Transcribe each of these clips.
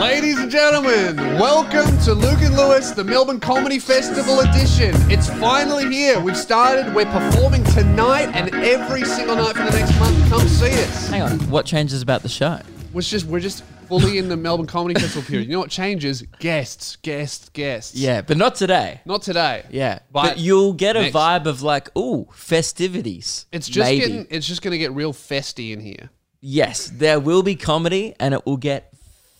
Ladies and gentlemen, welcome to Luke and Lewis, the Melbourne Comedy Festival edition. It's finally here. We've started. We're performing tonight and every single night for the next month. Come see us. Hang on, what changes about the show? We're just we're just fully in the Melbourne Comedy Festival period. You know what changes? Guests, guests, guests. Yeah, but not today. Not today. Yeah, But, but, you'll get a next- vibe of like, ooh, festivities. It's just Maybe. getting it's just gonna get real festy in here. yes, there will be comedy, and it will get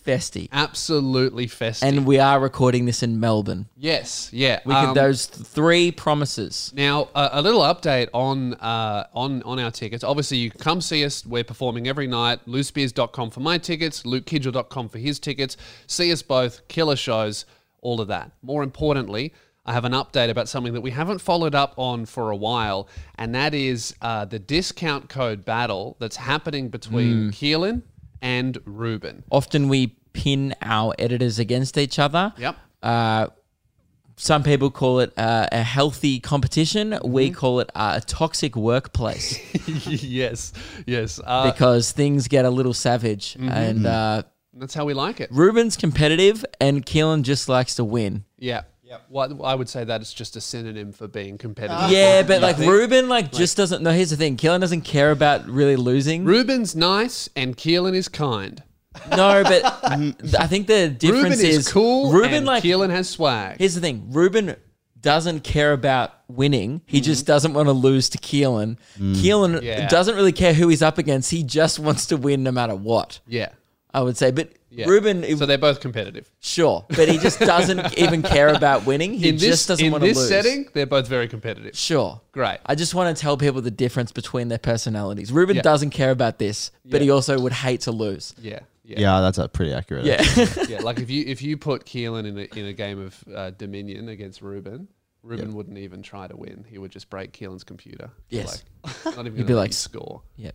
festy. Absolutely festy. And we are recording this in Melbourne. yes, yeah. We can um, those th- three promises. Now, a a little update on uh, on on our tickets. Obviously, you can come see us. We're performing every night. LouSpears.com for my tickets, LukeKidgel.com for his tickets. See us both, killer shows, all of that. More importantly, I have an update about something that we haven't followed up on for a while, and that is uh, the discount code battle that's happening between Keelan and Ruben. Often we pin our editors against each other. Yep. Uh, some people call it uh, a healthy competition. We Mm-hmm. call it uh, a toxic workplace. yes, yes. Uh, Mm-hmm. because things get a little savage. And uh, that's how we like it. Ruben's competitive, and Keelan just likes to win. Yeah. Well, I would say that is just a synonym for being competitive. Yeah, but like think? Ruben, like just doesn't. No, here's the thing: Keelan doesn't care about really losing. Ruben's nice and Keelan is kind. no, but I think the Ruben difference is, cool. Ruben, and like Keelan has swag. here's the thing: Ruben doesn't care about winning. He just doesn't want to lose to Keelan. Mm-hmm. Keelan Mm. Yeah. doesn't really care who he's up against. He just wants to win no matter what. yeah. I would say, but yeah. Ruben, it- So they're both competitive. Sure, but he just doesn't even care about winning. He In this, just doesn't in want to this lose. setting, they're both very competitive. Sure. Great. I just want to tell people the difference between their personalities. Ruben Yeah. doesn't care about this, but he also would hate to lose. Yeah. Yeah. Yeah, that's uh, pretty accurate. Yeah. yeah. Like if you if you put Keelan in a, in a game of uh, Dominion against Ruben, Ruben wouldn't even try to win. He would just break Keelan's computer. Yes. Like, not even be going like- to score. yeah.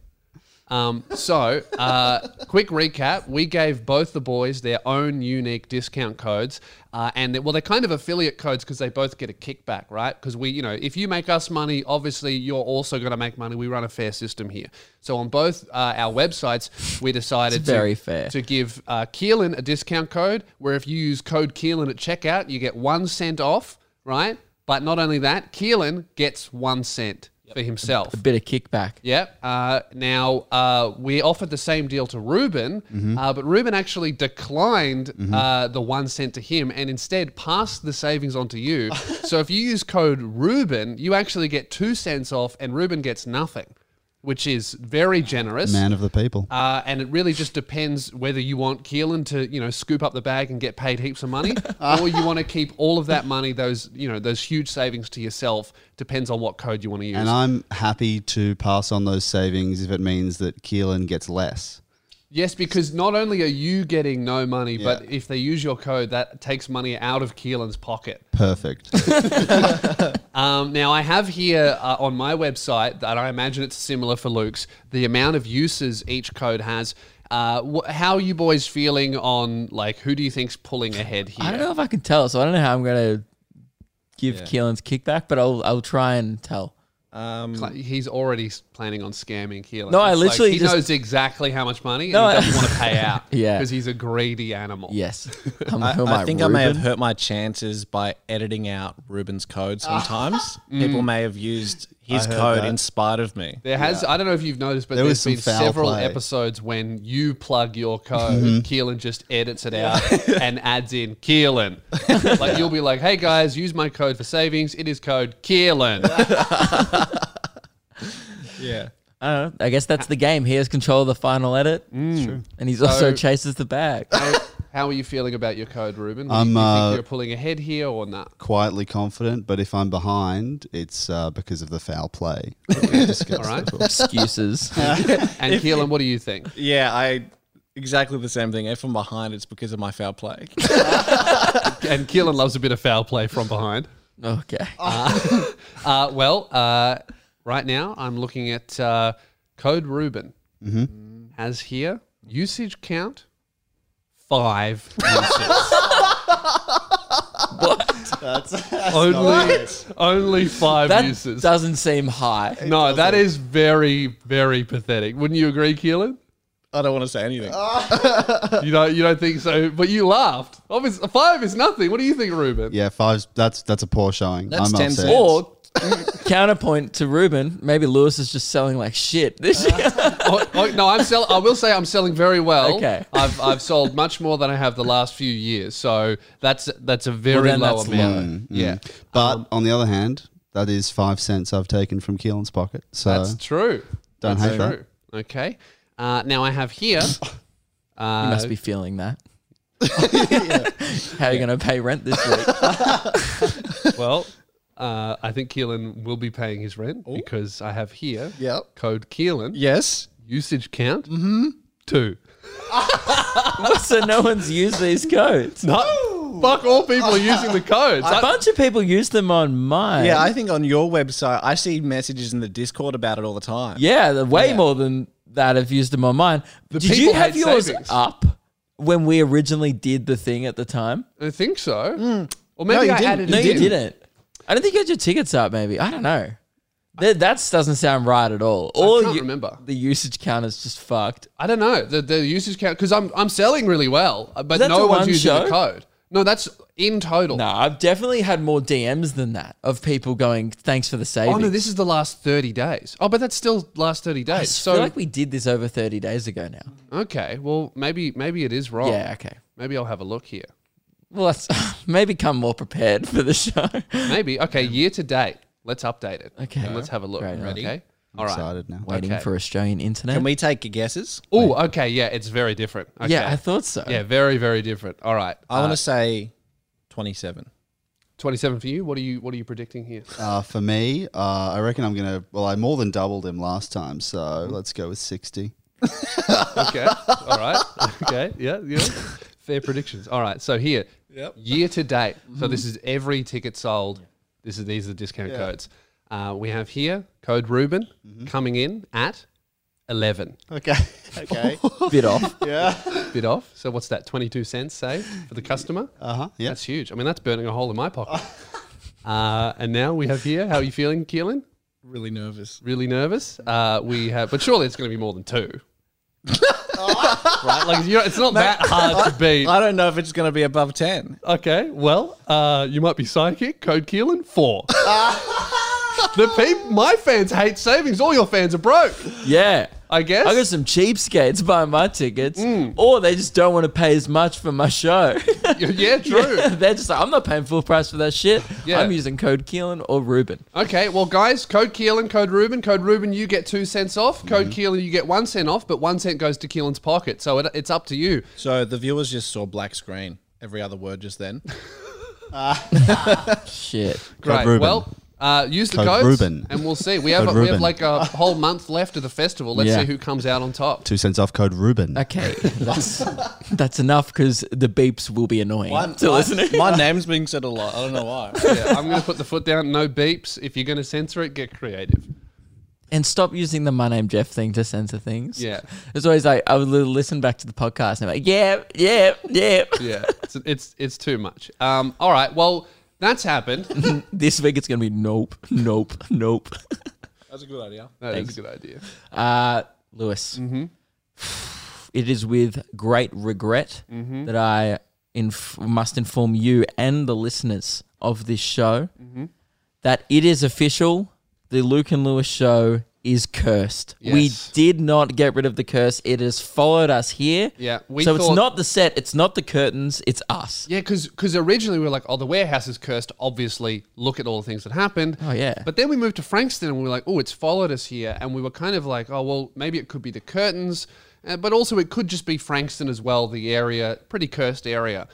Um, so, uh, quick recap: we gave both the boys their own unique discount codes, uh, and they, well, they're kind of affiliate codes because they both get a kickback, right? Because we, you know, if you make us money, obviously you're also going to make money. We run a fair system here. So on both uh, our websites, we decided It's very to, fair. to give uh, Keelan a discount code, where if you use code Keelan at checkout, you get one cent off, right? But not only that, Keelan gets one cent for himself. Bit of kickback. Yeah. Uh, now uh, we offered the same deal to Ruben, Mm-hmm. uh, but Ruben actually declined uh, the one cent to him and instead passed the savings on to you. so if you use code Ruben, you actually get two cents off, and Ruben gets nothing, which is very generous. Man of the people. Uh, and it really just depends whether you want Keelan to, you know, scoop up the bag and get paid heaps of money, or you want to keep all of that money, those, you know, those huge savings to yourself. Depends on what code you want to use. and I'm happy to pass on those savings if it means that Keelan gets less. Yes, because not only are you getting no money, but Yeah. if they use your code, that takes money out of Keelan's pocket. Perfect. Um, now, I have here uh, on my website, and I imagine it's similar for Luke's, the amount of uses each code has. Uh, wh- how are you boys feeling on like who do you think's pulling ahead here? I don't know if I can tell, so I don't know how I'm going to give Keelan's kickback, but I'll I'll try and tell. Cla- Um, He's already s- planning on scamming Keelan. No, I It's like literally he just- knows exactly how much money No, I- and he doesn't want to pay out. Yeah. because he's a greedy animal. Yes. I'm, I, who am I think I may have Ruben? hurt my chances by editing out Ruben's code sometimes. People may have used his heard code that. in spite of me. There has I don't know if you've noticed, but There there's was been some foul several play. Mm-hmm. episodes when you plug your code, Keelan just edits it out and adds in Keelan. like you'll be like, "Hey guys, use my code for savings. It is code Keelan." Yeah. I don't know. I guess that's the game. He has control of the final edit. Mm. And he's also So- chases the bag. how, how are you feeling about your code, Ruben? Do you, I'm, you uh, think you're pulling ahead here or not? Quietly confident, but if I'm behind, it's uh, because of the foul play. that we discussed All right. before. Excuses. And Keelan, what do you think? Yeah, I exactly the same thing. If I'm behind, it's because of my foul play. And Keelan loves a bit of foul play from behind. okay. Uh, well, uh, right now I'm looking at uh, Code Ruben Mm-hmm. has here usage count five uses. only only five that uses. doesn't seem high. no, that is very very pathetic. Wouldn't you agree, Keelan? I don't want to say anything. You don't you don't think so, but you laughed. Obviously, five is nothing. What do you think, Ruben? Yeah, five's that's that's a poor showing. That's I'm 10 upset. cents. Or, Counterpoint to Ruben, maybe Lewis is just selling like shit this Ah. year. or- or- Oh, no, I'm sell- I will say I'm selling very well. Okay. I've I've sold much more than I have the last few years. So that's that's a very then low that's amount. low. Mm, mm. But on the other hand, that is five cents I've taken from Keelan's pocket. So That's true. Don't That's hate true. Okay. Uh, now I have here. Uh, You must be feeling that. How are you going to pay rent this week? well. Uh, I think Keelan will be paying his rent Oh. because I have here Yep. code Keelan yes. usage count Mm-hmm. two. so no one's used these codes. No, fuck all people are using the codes. A I- bunch of people use them on mine. Yeah, I think on your website, I see messages in the Discord about it all the time. yeah, the- way more than that have used them on mine. Did you people have hate yours savings. up when we originally did the thing at the time? I think so. Or maybe you I didn't. added Mm. No, it you in. didn't. I don't think you had your tickets up. Maybe I don't know. That that's, doesn't sound right at all. Or can't you- remember. The usage count is just fucked. I don't know the the usage count because I'm I'm selling really well, uh, but Is that no the one's one using the show? code. No, that's in total. No, I've definitely had more DMs than that of people going, "Thanks for the savings." Oh no, this is the last thirty days. Oh, but that's still last thirty I days. just So feel like we did this over thirty days ago now. okay, well maybe maybe it is wrong. Yeah. Okay. Maybe I'll have a look here. Well, that's maybe come more prepared for the show. Maybe okay. Year to date, let's update it. Okay. and let's have a look. Great. Ready? Okay, I'm all right. excited now. Waiting Okay. for Australian internet. Can we take your guesses? Oh, okay. Yeah, it's very different. Okay. Yeah, I thought so. yeah, very very different. All right. I want to say 27. Twenty-seven for you. What are you What are you predicting here? Uh, for me, uh, I reckon I'm gonna. Well, I more than doubled him last time, so let's go with sixty. Okay. All right. Okay. Yeah. Yeah. Fair predictions. All right. So here, year to date. So Mm-hmm. this is every ticket sold. This is these are the discount codes. Uh, we have here code Ruben coming in at eleven. Okay. okay. Bit off. yeah. Bit off. So what's that? Twenty-two cents saved for the customer. Uh huh. Yeah. That's huge. I mean, that's burning a hole in my pocket. Uh, and now we have here. How are you feeling, Keelan? Really nervous. Really nervous. Uh, we have, but surely it's going to be more than two. right? Like you're, it's not that hard to beat. I don't know if it's going to be above 10. Okay, well, uh, you might be psychic. Code Keelan, four. the peop- my fans hate savings. All your fans are broke, Yeah. I guess. Mm. I got some cheapskates buying my tickets, or they just don't want to pay as much for my show. yeah, true. They're just like, I'm not paying full price for that shit. Yeah. I'm using code Keelan or Ruben. Okay, well, guys, code Keelan, code Ruben. Code Ruben, you get two cents off. Code Mm-hmm. Keelan, you get one cent off, but one cent goes to Keelan's pocket. So it, it's up to you. So the viewers just saw black screen. Every other word just then. Shit. Great. Ruben. Well, uh, use the Code codes Ruben. and we'll see. We have, Code we have Ruben. like a whole month left of the festival. Let's Yeah. see who comes out on top. Two cents off code Ruben. Okay, that's that's enough because the beeps will be annoying I'm- to I- listeners. My name's being said a lot. I don't know why. Yeah, I'm going to put the foot down. No beeps. If you're going to censor it, get creative. And stop using the "My name Jeff" thing to censor things. Yeah. it's always like I would li- listen back to the podcast and I'm like, yeah, yeah, yeah. yeah, it's, it's it's too much. Um, all right, well that's happened. this week it's gonna be nope, nope, nope. That's a good idea. That is a good idea. Uh, Lewis, Mm-hmm. it is with great regret Mm-hmm. that I inf- must inform you and the listeners of this show Mm-hmm. that it is official. The Luke and Lewis show is cursed. Yes. We did not get rid of the curse. It has followed us here. Yeah, we so thought- it's not the set. It's not the curtains. It's us. Yeah, because originally we were like, oh, the warehouse is cursed. Obviously, look at all the things that happened. Oh, yeah. But then we moved to Frankston and we were like, oh, it's followed us here, and we were kind of like, oh, well, maybe it could be the curtains, uh, but also it could just be Frankston as well, the area, pretty cursed area.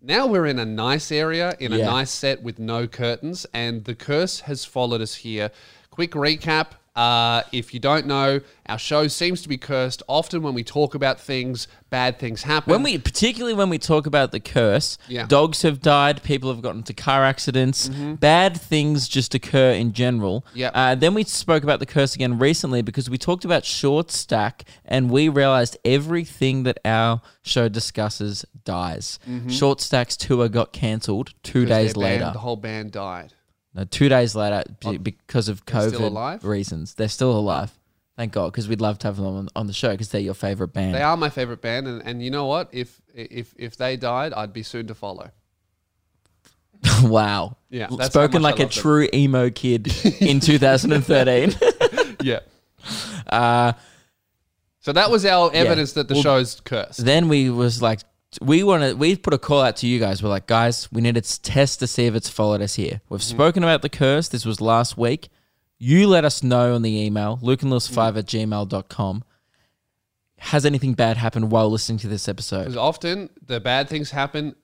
Now we're in a nice area, in a Yeah. nice set with no curtains, and the curse has followed us here. Quick recap. Uh, if you don't know, our show seems to be cursed. Often when we talk about things, bad things happen. When we, particularly when we talk about the curse, Yeah. Mm-hmm. dogs have died, people have gotten into car accidents, bad things just occur in general. Yep. Uh, then we spoke about the curse again recently because we talked about short stack and we realized everything that our show discusses dies. Mm-hmm. Short stacks tour got cancelled two days their band- later. The whole band died. No, two days later b- because of still COVID alive? reasons. They're still alive. Thank God, because we'd love to have them on, on the show because they're your favorite band. They are my favorite band, and, and you know what? If if if they died, I'd be soon to follow. wow. Yeah, L- that's how Spoken much I like a love them. true emo kid in 2013. Yeah. uh, So that was our evidence that the show's cursed. then we was like, we want to, we put a call out to you guys. We're like, guys, we need to test to see if it's followed us here. We've spoken about the curse. This was last week. You let us know on the email, lukeandlewis5 at gmail.com. Has anything bad happened while listening to this episode? Because often the bad things happen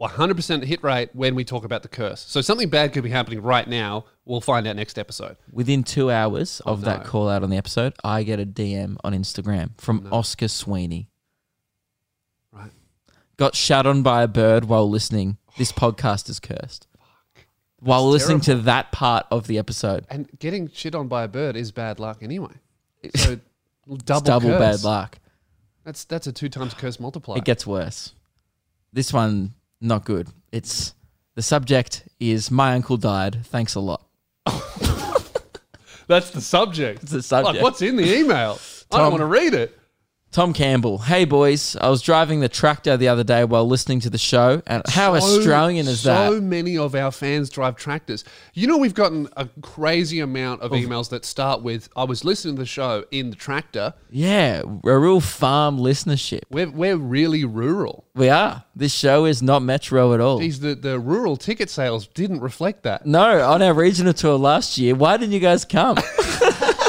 100% hit rate when we talk about the curse. So something bad could be happening right now. We'll find out next episode. Within two hours Oh, of that call out on the episode, I get a DM on Instagram from Oscar Sweeney. Oh, Right. Got shot on by a bird while listening. This podcast is cursed. While listening to that part of the episode, And getting shit on by a bird is bad luck anyway. So double, it's double curse. bad luck. That's, that's a two times curse multiplier. It gets worse. This one, not good. It's the subject is my uncle died. Thanks a lot. that's the subject. It's the subject. Like, what's in the email? I don't Tom- want to read it. Tom Campbell. Hey boys, I was driving the tractor the other day while listening to the show, and how So- Australian is that? So many of our fans drive tractors. You know, we've gotten a crazy amount of emails that start with I was listening to the show in the tractor. Yeah, we're a real farm listenership. We're, we're really rural. We are. This show is not metro at all. Geez, the, the rural ticket sales didn't reflect that. No, on our regional tour last year, why didn't you guys come?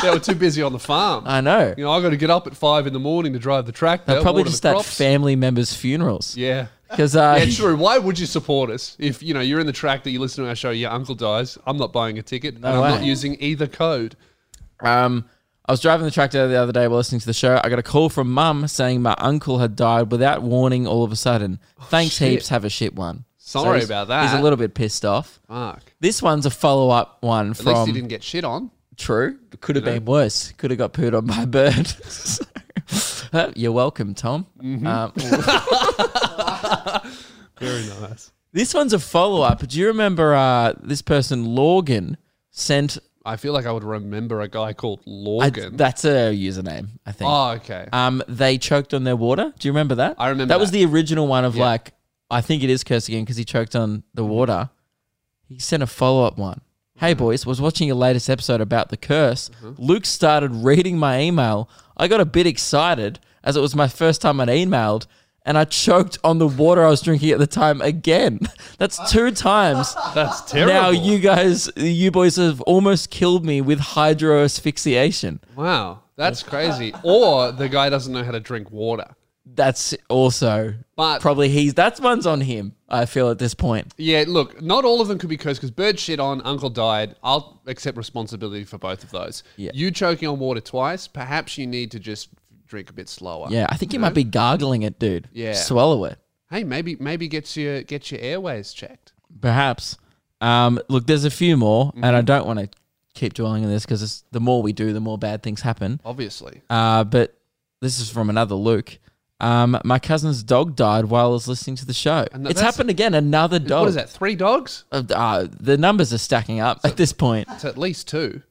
they were too busy on the farm. I know. you know, I got to get up at five in the morning to drive the tractor. Probably water just the at crops. family members' funerals. Yeah. Because uh, Yeah, true. Why would you support us if you know you're in the tractor, you listen to our show, your uncle dies. I'm not buying a ticket, and way. I'm not using either code. Um, I was driving the tractor the other day while listening to the show. I got a call from mum saying my uncle had died without warning all of a sudden. Thanks Oh, shit. heaps. Have a shit one. Sorry he's- about that. He's a little bit pissed off. Fuck. This one's a follow up one At least he from didn't get shit on. True. Could have been worse. Could have got pooed on by a bird. So, uh, You're welcome, Tom. Um, Very nice. this one's a follow up. Do you remember uh, this person, Lorgan, sent? I feel like I would remember a guy called I- Lorgan. that's a username, I think. oh, okay. Um, they choked on their water. Do you remember that? I remember That, was that. the original one of like, I think it is cursed again because he choked on the water. He sent a follow up one. Mm-hmm. Hey boys, was watching your latest episode about the curse. Luke started reading my email. I got a bit excited as it was my first time I'd emailed, and I choked on the water I was drinking at the time again. That's two times. that's terrible. now you guys, you boys have almost killed me with hydro asphyxiation. Wow, that's crazy. Or the guy doesn't know how to drink water. That's also But- probably he's that one's on him. I feel at this point. Yeah, look, not all of them could be cursed because bird shit on, uncle died. I'll accept responsibility for both of those. Yeah. You choking on water twice, perhaps you need to just drink a bit slower. Yeah, I think he might be gargling it, dude. Yeah. swallow it, Hey, maybe maybe get your get your airways checked. perhaps. Um, look, there's a few more, and Mm-hmm. I don't want to keep dwelling on this because the more we do, the more bad things happen. Obviously. Uh, but this is from another Luke. Um, my cousin's dog died while I was listening to the show. And that- it's that's- happened again. Another dog. What is that? Three dogs? Uh, uh, the numbers are stacking up at this point. It's at least two.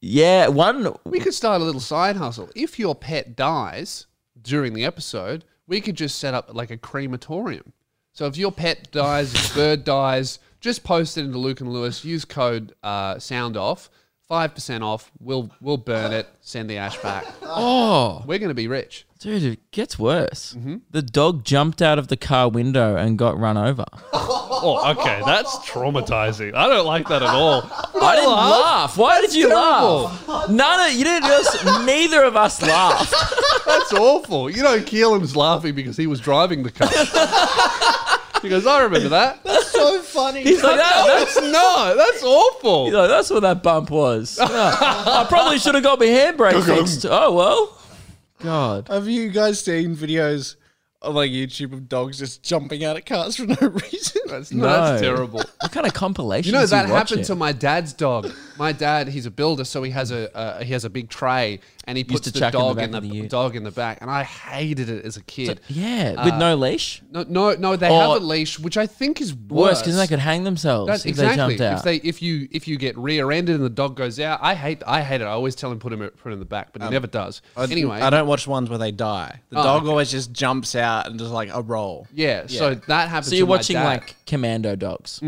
Yeah, one. We could start a little side hustle. If your pet dies during the episode, we could just set up like a crematorium. So if your pet dies, if a bird dies, just post it into Luke and Lewis. Use code uh, sound off, five percent off. We'll we'll burn it. Send the ash back. Oh, We're gonna be rich. Dude, it gets worse. Mm-hmm. The dog jumped out of the car window and got run over. Oh, okay, that's traumatizing. I don't like that at all. I didn't laugh. Why did you laugh? None of you didn't. Just, neither of us laughed. That's awful. You know, Keelan's laughing because he was driving the car. He goes, I remember that. That's so funny. He's like, "That- that's, That's no, that's awful. he's like, that's what that bump was. Yeah. I probably should have got my handbrake fixed. Oh well. God. Have you guys seen videos on like YouTube of dogs just jumping out of cars for no reason? That's, no, that's No. terrible. What kind of compilation? You know, that happened to my dad's dog. My dad, he's a builder, so he has a uh, he has a big tray, and he puts to the chuck in the dog back in the, of the ute. dog in the back, and I hated it as a kid. yeah, Uh, with no leash. no, no, no, they Or- have a leash, which I think is Worse worse because they could hang themselves That's if exactly. they jumped out. If they if you if you get rear-ended and the dog goes out, I hate I hate it. I always tell him put him put him in the back, but he never does. anyway, Um, I don't watch ones where they die. The Oh, dog okay. always just jumps out and does like a roll. yeah, So that happens. so you're to my watching dad. Mm. like commando dogs.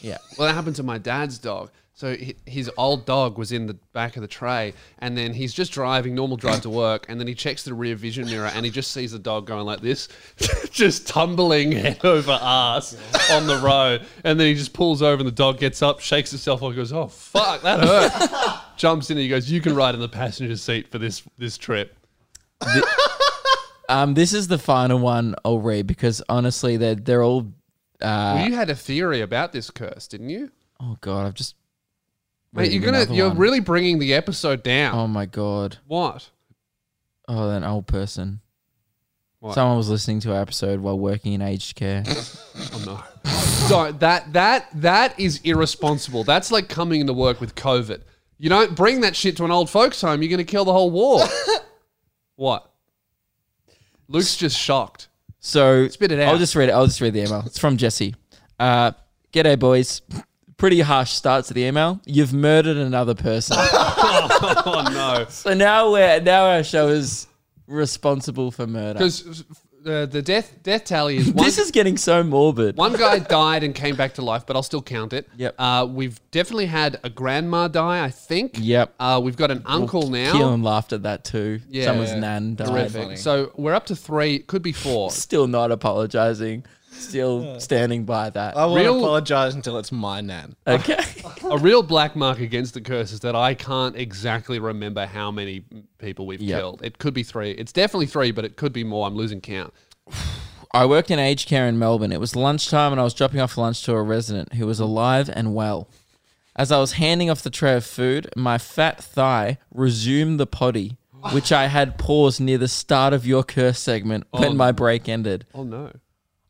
Yeah. Well, that happened to my dad's dog. So hi- his old dog was in the back of the tray, and then he's just driving normal drive to work, and then he checks the rear vision mirror, and he just sees the dog going like this, just tumbling head over ass on the road, and then he just pulls over, and the dog gets up, shakes itself, off, goes, "Oh fuck, that hurt!" Jumps in, and he goes, "You can ride in the passenger seat for this this trip." Um, this is the final one I'll read because honestly, they're they're all. uh, well, you had a theory about this curse, didn't you? Oh god, I've just. Mate, reading you're gonna another you're one. really bringing the episode down. Oh my god. what? Oh, an old person. What? Someone was listening to our episode while working in aged care. No. Don't that that that is irresponsible. That's like coming into work with COVID. You don't bring that shit to an old folks home, you're gonna kill the whole war. what? Luke's just shocked. So Spit it out. I'll just read it. I'll just read the email. It's from Jesse. Uh, G'day, boys. Pretty harsh start to the email. You've murdered another person. Oh no. so now we're now our show is responsible for murder. Because uh, the death death tally is one This is getting so morbid. One guy died and came back to life, but I'll still count it. Yep. Uh, we've definitely had a grandma die, I think. Yep. Uh, we've got an uncle now. Keelan laughed at that too. Yeah. Someone's nan died. Terrific. So we're up to three, could be four. Still not apologizing. Still standing by that. I won't Real- apologize until it's my nan. Okay. a real black mark against the curse is that I can't exactly remember how many people we've Yep. killed. It could be three. It's definitely three, but it could be more. I'm losing count. I worked in aged care in Melbourne. It was lunchtime and I was dropping off lunch to a resident who was alive and well. As I was handing off the tray of food, my fat thigh resumed the potty, which I had paused near the start of your curse segment when my break ended. Oh no.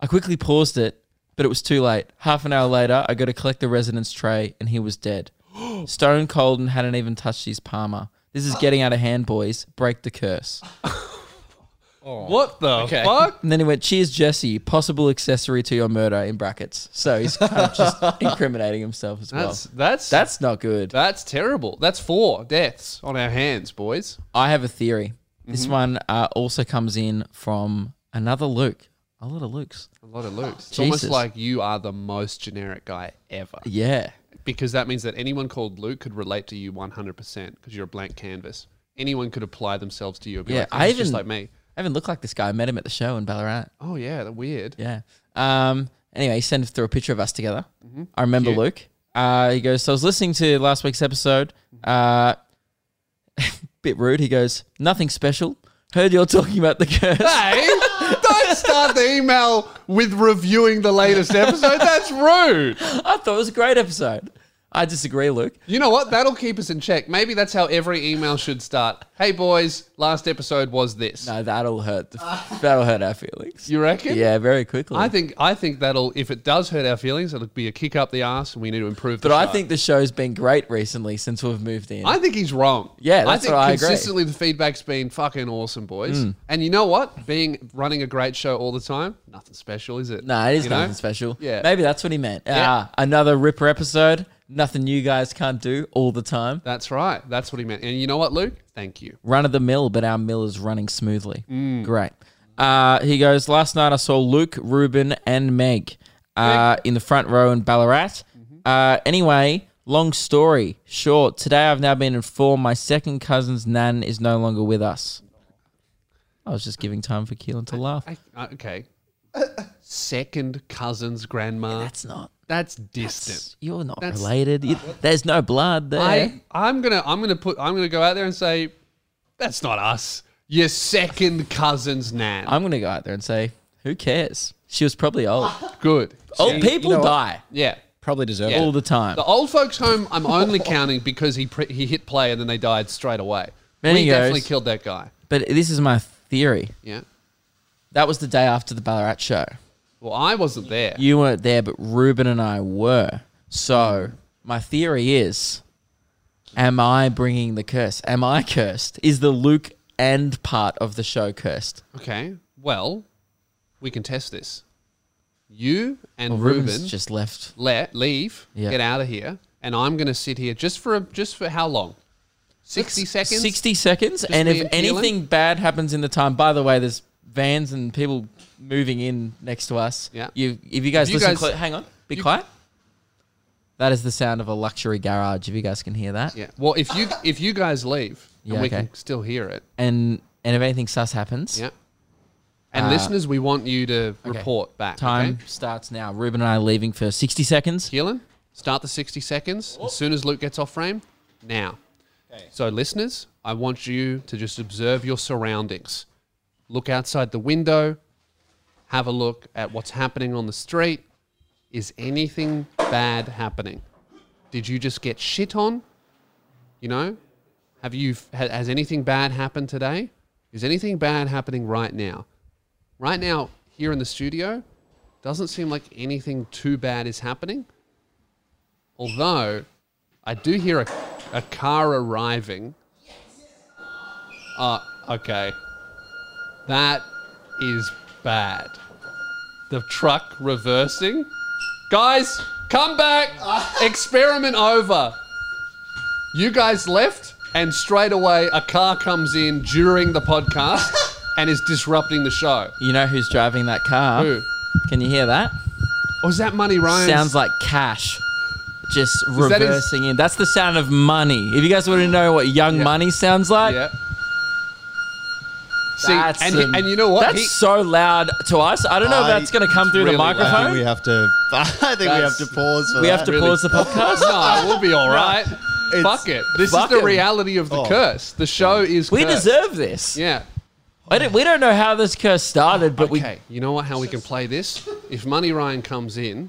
I quickly paused it, but it was too late. Half an hour later, I go to collect the resident's tray and he was dead. Stone cold and hadn't even touched his palmer. This is getting out of hand, boys. Break the curse. What the fuck? And then he went, "Cheers, Jesse, possible accessory to your murder." In brackets, so he's kind of just incriminating himself as well. That's that's that's That's not good. that's terrible. That's four deaths on our hands, boys. I have a theory. This one uh, also comes in from another Luke. A lot of Lukes. A lot of loops. It's almost Jesus. like you are the most generic guy ever. Yeah. Because that means that anyone called Luke could relate to you 100% because you're a blank canvas. Anyone could apply themselves to you and be Yeah, like, I "He's just even- like me. I haven't looked like this guy. I met him at the show in Ballarat. Oh, yeah, they're weird. Yeah. Um. Anyway, he sent through a picture of us together. I remember Mm-hmm. Cute. Luke. Uh, he goes, "So I was listening to last week's episode. Mm-hmm. Uh, bit rude." He goes, "Nothing special. Heard you're talking about the curse." Hey, don't start the email with reviewing the latest episode. That's rude. I thought it was a great episode. I disagree, Luke. You know what? That'll keep us in check. Maybe that's how every email should start. Hey, boys, last episode was this. No, that'll hurt. The, that'll hurt our feelings. You reckon? Yeah, very quickly. I think I think that'll if it does hurt our feelings, it'll be a kick up the arse, and we need to improve. the but I show. think the show's been great recently since we've moved in. I think he's wrong. Yeah, that's I think what I agree. Mm. consistently the feedback's been fucking awesome, boys. And you know what? Being running a great show all the time, nothing special, is it? no, it is You know? nothing special. Yeah. Maybe that's what he meant. Yeah. Ah, another Ripper episode. Nothing you guys can't do all the time. That's right. That's what he meant. And you know what, Luke? Thank you. Run of the mill, but our mill is running smoothly. Great. Uh, he goes, Last night I saw Luke, Ruben, and Meg uh, in the front row in Ballarat. Uh, anyway, long story short, today I've now been informed my second cousin's nan is no longer with us. I was just giving time for Keelan to laugh. I, I- okay. Second cousin's grandma. That's not. That's distant. You're not That's- related. You- there's no blood there. I I'm gonna I'm gonna put I'm gonna go out there and say that's not us. Your second cousin's nan. I'm going to go out there and say, Who cares? She was probably old. Good. Old people know what? die Yeah. Probably deserve Yeah. it. all the time. The old folks' home. I'm only counting because he pre- he hit play and then they died straight away. There we he goes. definitely killed that guy. But this is my theory. Yeah. That was the day after the Ballarat show. Well, I wasn't there. You weren't there, but Ruben and I were. So my theory is Am I bringing the curse? Am I cursed? Is the Luke and part of the show cursed? Okay. Well, we can test this. You and Well, Ruben's Ruben just left. let leave, Yeah. get out of here, and I'm going to sit here just for a, just for how long? Sixty seconds. 60 seconds. and me if and Keelan? anything bad happens in the time, by the way, there's vans and people moving in next to us. Yeah. You, if you guys you listen, guys- clo- hang on, be you- quiet. That is the sound of a luxury garage. If you guys can hear that. Yeah. Well, if you if you guys leave, Yeah, and we okay. can still hear it. And and if anything sus happens, Yeah. And Uh, listeners, we want you to report back. time Okay? starts now. Ruben and I are leaving for 60 seconds. Keelan, start the 60 seconds. As soon as Luke gets off frame, now. So, listeners, I want you to just observe your surroundings. Look outside the window. Have a look at what's happening on the street. Is anything bad happening? Did you just get shit on? You know, have you ha- has anything bad happened today? Is anything bad happening right now? Right now, here in the studio, doesn't seem like anything too bad is happening. Although, I do hear a, a car arriving. Ah, okay. That is bad. The truck reversing. Guys, come back. Experiment over. You guys left, and straight away a car comes in during the podcast and is disrupting the show. You know who's driving that car? Who? Can you hear that? Oh, is that Money Ryan? Sounds like cash. Just that his- reversing in. That's the sound of money. If you guys want to know what young Yeah. money sounds like, Yeah. See, that's and, he- some- and you know what? That's He- so loud to us. I don't know I- if that's going to come through really the loud. I think microphone. we have to. I think we have That's- to pause for We that. have to pause the podcast. no, we'll be all right. It's- Fuck it. This Fuck is the him. reality of the Oh. curse. The show is. We cursed. deserve this. Yeah. I don't- we don't know how this curse started, but okay. You know what? How we can play this? If Money Ryan comes in,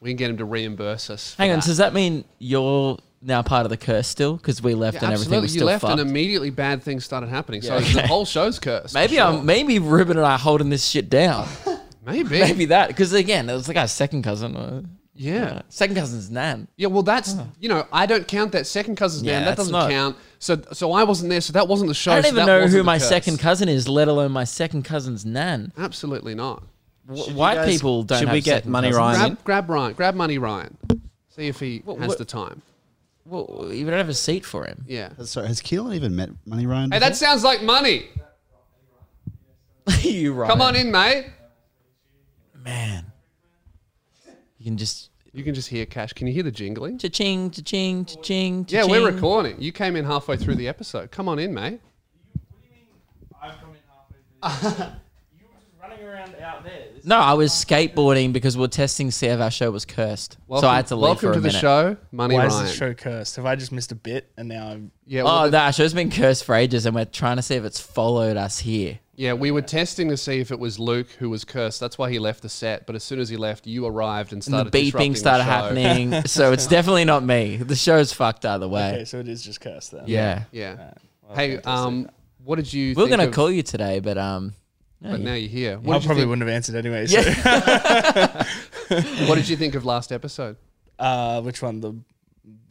we can get him to reimburse us. for we. Hang on, that. does that mean you're now part of the curse still? Because we left Yeah, and everything absolutely. was You still left, fucked. and immediately bad things started happening. So Yeah, the okay. whole show's cursed. for maybe sure. I'm maybe Ruben and I are holding this shit down. Maybe. maybe that because again, it was like our second cousin. uh, Yeah. second cousin's nan. Yeah, well, that's you know, I don't count that second cousin's Yeah, man. That that's doesn't not- count. So, so I wasn't there. So that wasn't the show. I don't so even that know wasn't who the my curse. second cousin is, let alone my second cousin's nan. Absolutely not. W- Should you White guys- people don't. should have we get second Money cousins. Ryan? Grab, in? grab Ryan. Grab money, Ryan. See if he has what- the time. Well, you don't have a seat for him. Yeah. Sorry, has Keelan even met Money Ryan? Hey, that sounds like money. you right? Come on in, mate. man. You can just You can just hear Cash. Can you hear the jingling? cha-ching, cha-ching, cha-ching. Yeah, we're cha-ching. recording. You came in halfway through the episode. Come on in, mate. I've come in halfway through. you were just running around out there. This No, I was skateboarding because we are testing to see if our show was cursed. Welcome, so I had to leave welcome for a to minute. the show, Money Why Ryan. is this show cursed? Have I just missed a bit and now I'm. Yeah, well, Oh, the- that show's been cursed for ages, and we're trying to see if it's followed us here. yeah. We were testing to see if it was Luke who was cursed. That's why he left the set. But as soon as he left, you arrived and And started the disrupting beeping started the show. happening, so it's definitely not me. The show's fucked either way. Okay, so it is just cursed then. Yeah. Yeah. well, hey, fantastic. um, what did you? We were think going to of- call you today, but um, no, But you- now you're here. I What did, you probably think, wouldn't have answered anyway. So, yeah. what did you think of last episode? uh, which one? The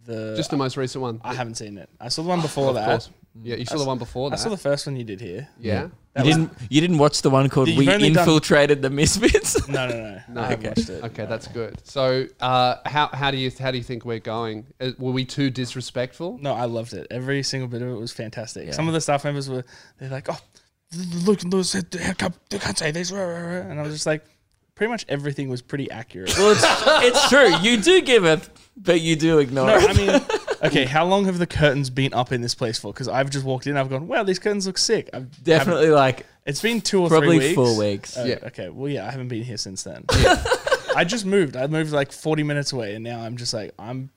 the Just the most recent one. I haven't seen it. I saw the one before Of that. Mm. course. Yeah, you saw the one before I that. saw the first one you did here. yeah. you That was- didn't. You didn't watch the one called You've "We only done- Infiltrated the Misfits." No, no, no. no I haven't okay. watched it. Okay, that's good. So, uh, how how do you how do you think we're going? Uh, Were we too disrespectful? No, I loved it. Every single bit of it was fantastic. Yeah. Some of the staff members were they're like, oh, Luke and Lewis said they can't they can't say this, rah, rah, rah." and I was just like, pretty much everything was pretty accurate. well, it's, it's true. You do give it, but you do ignore No, it. I mean, okay, how long have the curtains been up in this place for? Because I've just walked in, I've gone, wow, these curtains look sick. I've haven't- Definitely, like It's been two or probably three weeks. four weeks. Oh, Yeah. Okay. Well, yeah, I haven't been here since then. I just moved. I moved like 40 minutes away, and now I'm just like, I'm.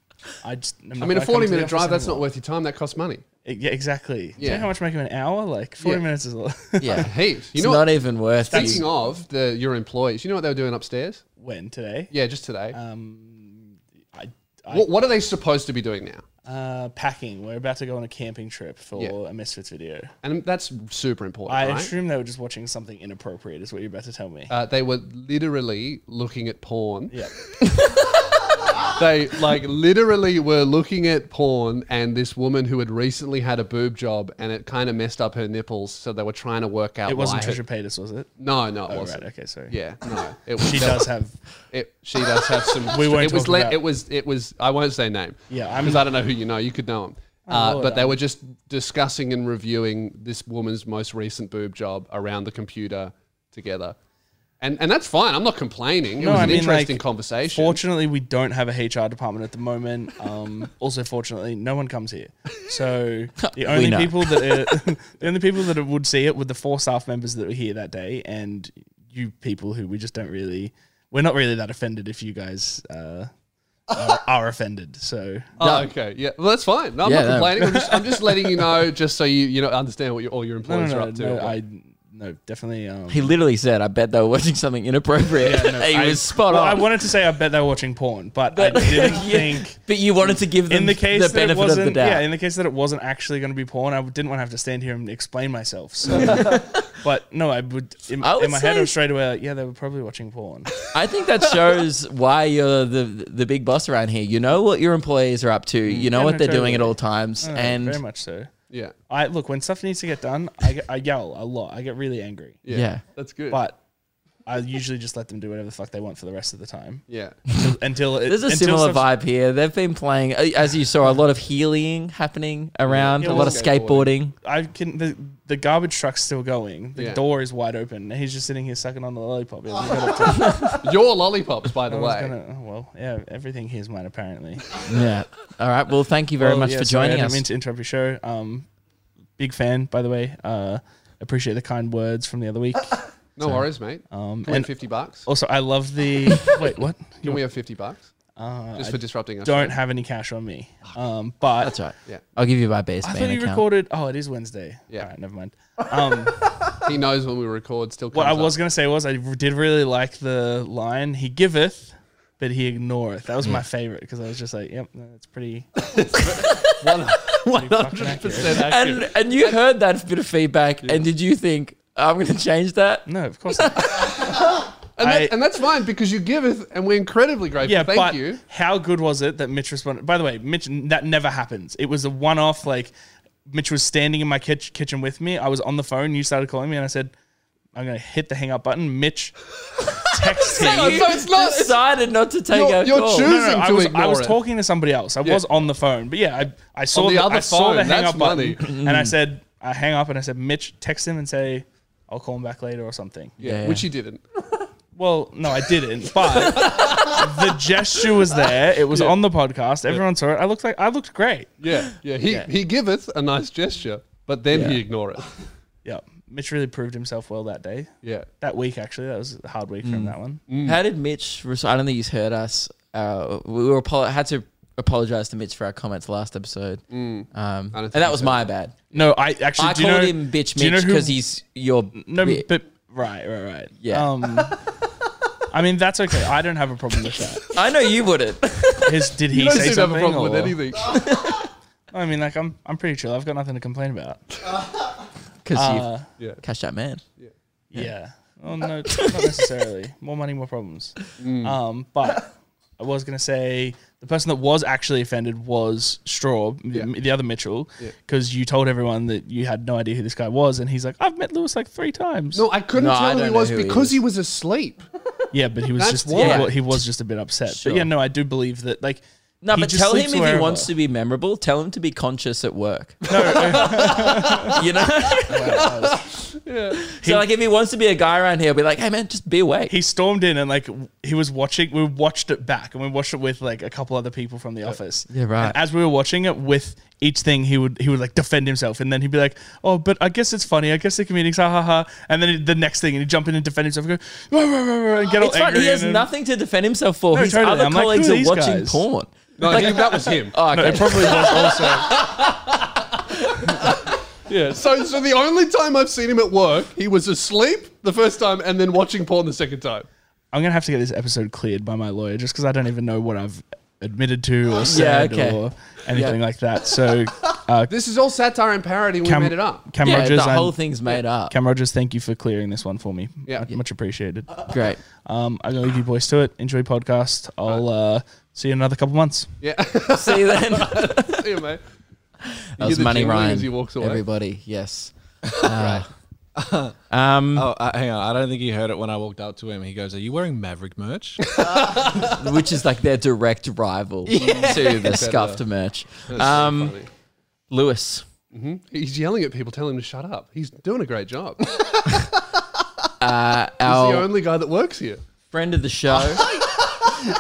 I just. I'm I not mean, a gonna come to forty the minute office drive that's not anymore. worth your time. That costs money. Yeah, exactly. Do you Yeah. know how much make you an hour? Like 40 Yeah. minutes is a lot. yeah, Heaps. You it's know. not What, even worth it. speaking of the your employees, you know what they were doing upstairs? when today? Yeah, just today. Um, I. I what, what are they supposed to be doing now? uh, packing. We're about to go on a camping trip for Yeah. a Misfits video. And that's super important. I right? assume they were just watching something inappropriate, is what you're about to tell me. Uh, they were literally looking at porn. yeah. they like literally were looking at porn and this woman who had recently had a boob job and it kind of messed up her nipples, so they were trying to work out. It wasn't why her- Trisha Paytas, was it? No, no, it Oh, wasn't. right. Okay, sorry. Yeah, no, it She that- does have. It, she does have some. We won't It was. talk le- about- It was. It was. I won't say name. Yeah, I'm- because I don't know who you know. You could know him. Uh, Lord, but they I'm- were just discussing and reviewing this woman's most recent boob job around the computer together, and and that's fine. I'm not complaining. It No, was I an mean, interesting like, conversation. Fortunately, we don't have a HR department at the moment. Um, also, fortunately, no one comes here. So the only know. people that are, the only people that would see it were the four staff members that were here that day, and you people who we just don't really. We're not really that offended if you guys uh, are, are offended. So oh, okay. Yeah, well, that's fine. No, I'm Yeah, not no. complaining. I'm, just, I'm just letting you know, just so you you know understand what your, all your no, no, employees no, are up to. no, I no definitely. Um, He literally said, "I bet they were watching something inappropriate." he I- was spot well, on. I wanted to say I bet they were watching porn, but I didn't think. but you wanted to give them in the case that it benefit wasn't, of the doubt. yeah, in the case that it wasn't actually going to be porn, I didn't want to have to stand here and explain myself. So, but no, I would in, I would in my head, I say- was straight away like, yeah, they were probably watching porn. I think that shows why you're the the big boss around here. You know what your employees are up to. You know Mm, Yeah, what no, they're doing totally. at all times, No, and very much so. yeah, I look when stuff needs to get done, I, get- I yell a lot. I get really angry, yeah, Yeah. That's good. but I usually just let them do whatever the fuck they want for the rest of the time yeah, until, until it, there's a until similar vibe stuff's- here. They've been playing, uh, as you saw, a lot of healing happening around, Yeah, a lot of skateboarding. skateboarding. I can the, the garbage truck's still going. The Yeah. door is wide open. and He's just sitting here sucking on the lollipop. He hasn't got up to- your lollipops, by the no one's way. gonna- oh, well, yeah, everything here's mine apparently. Yeah. All right. Well, thank you very Well, much yeah, for sorry, joining I us. didn't mean to interrupt your show. Um, big fan, by the way. Uh, appreciate the kind words from the other week. No worries, mate. Um, Can we have and fifty bucks? also, I love the wait. What? Can we have fifty bucks Uh, just I for disrupting us? don't have any cash on me. Um, but That's all right. Yeah. I'll give you my base I man thought you account. recorded. Oh, it is Wednesday. Yeah. All right, never mind. Um, He knows when we record. Still, comes what I up. was gonna say was I did really like the line "He giveth." But he ignoreth. That was Hmm. my favorite because I was just like, "Yep, that's pretty." hundred percent accurate. and and you heard that bit of feedback, and did you think I'm going to change that? No, of course not. And, I- that, and that's fine because you giveth, and we're incredibly grateful. Yeah, Thank but you. how good was it that Mitch responded? By the way, Mitch, that never happens. It was a one-off. Like Mitch was standing in my kitch- kitchen with me. I was on the phone. You started calling me, and I said, "I'm gonna hit the hang-up button." Mitch texted. So it's not- it's- decided not to take You're- our you're call. choosing- No, no, no, I to was, ignore I was it. talking to somebody else. I was on the phone, but yeah, I, I saw the the, other I saw the phone, hang that's Mm. up button, and I said, I hang up, and I said, Mitch, text him and say, I'll call him back later or something. Yeah, Yeah. which you didn't. Well, no, I didn't. But the gesture was there. It was on the podcast. Everyone saw it. I looked like I looked great. Yeah, yeah. He he giveth a nice gesture, but then he ignoreth. Yeah, Mitch really proved himself well that day. Yeah. That week, actually, that was a hard week Mm. for him. That one. How did Mitch? res- I don't think he's heard us. Uh, we were apo- had to apologize to Mitch for our comments last episode, um, I don't and think that he was said my bad. No, I actually I do you called know- him bitch do you know Mitch who- because he's your No, bi- but right, right, right. Yeah. Um, I mean, that's okay. I don't have a problem with that. I know you wouldn't. His, did he You don't say seem to have something? a problem with or- anything. I mean, like I'm, I'm pretty chill. I've got nothing to complain about. Because Uh, Yeah. you cash that man. Yeah. Oh no, not necessarily. More money, more problems. Mm. Um, but I was gonna say the person that was actually offended was Straw, the, the other Mitchell, because you told everyone that you had no idea who this guy was, and he's like, "I've met Lewis like three times." No, I couldn't No, I tell who don't he know was who he because is. he was asleep. Yeah, but he was That's just why. yeah. he was just a bit upset. Sure. But yeah, no, I do believe that like. No, he but just tell him sleeps if he wherever. wants to be memorable. Tell him to be conscious at work. you know. So like, if he wants to be a guy around here, be like, hey man, just be awake. he stormed in and like w- he was watching. We watched it back and we watched it with like a couple other people from the office. Yeah, right. And as we were watching it with each thing, he would he would like defend himself and then he'd be like, "Oh, but I guess it's funny. I guess the comedians, ha ha ha." And then he- the next thing, and he'd jump in and defend himself and go, "Wah, wah, wah, wah," and get It's all fine. angry. He has and- nothing to defend himself for. No, His totally. other I'm like, colleagues who are are these watching guys? porn. No, he- that was him. Oh, No, okay. it probably was also. Yeah. So so the only time I've seen him at work, he was asleep the first time and then watching porn the second time. I'm gonna have to get this episode cleared by my lawyer just because I don't even know what I've admitted to or said okay. or anything Yeah. like that. So Uh, This is all satire and parody. We Cam, made it up. Cam yeah, Rogers, the whole I'm- thing's made up. Cam Rogers, thank you for clearing this one for me. Yeah. Uh, much appreciated. Great. Um, I'm gonna leave you boys to it. Enjoy podcast. I'll uh, see you in another couple months. Yeah. See you then. that See you, mate. You was hear the Money jingling Ryan. as he walks away. Everybody, yes. Uh, um, Oh, uh, hang on. I don't think he heard it when I walked up to him. He goes, Are you wearing Maverick merch? which is like their direct rival to the scuffed merch. Um, Funny. Lewis, He's yelling at people, telling them to shut up. He's doing a great job. He's the our only guy that works here. friend of the show.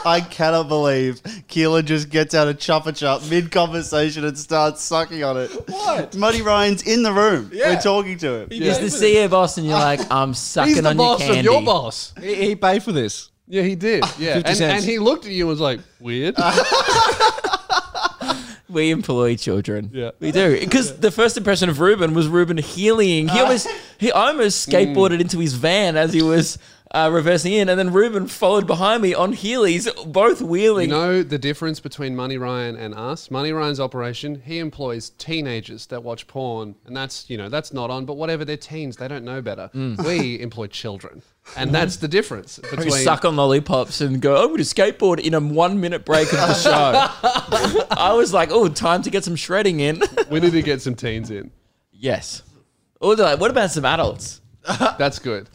I cannot believe Keelan just gets out of Chopper Chop mid conversation and starts sucking on it. What? Money Ryan's in the room. We're talking to him. He's the CEO boss, and you're like, I'm He's sucking the on your boss candy. of your boss. he, he paid for this. Yeah, he did. Yeah, 50 and, cents. and he looked at you and was like, "Weird." We employ children. Yeah. Uh. We do. Because the first impression of Ruben was Ruben healing. He almost he almost Hmm. skateboarded into his van as he was uh, reversing in, and then Ruben followed behind me on Heelys, both You wheeling. know the difference between Money Ryan and us? Money Ryan's operation, he employs teenagers that watch porn, and that's, you know, that's not on, but whatever, they're teens, they don't know better. Mm. We employ children, and that's the difference we between. suck on lollipops and go, I'm going to skateboard in a one minute break of the show. I was like, oh, time to get some shredding in. We need to get some teens in. yes. Or they're like, what about some adults? That's good.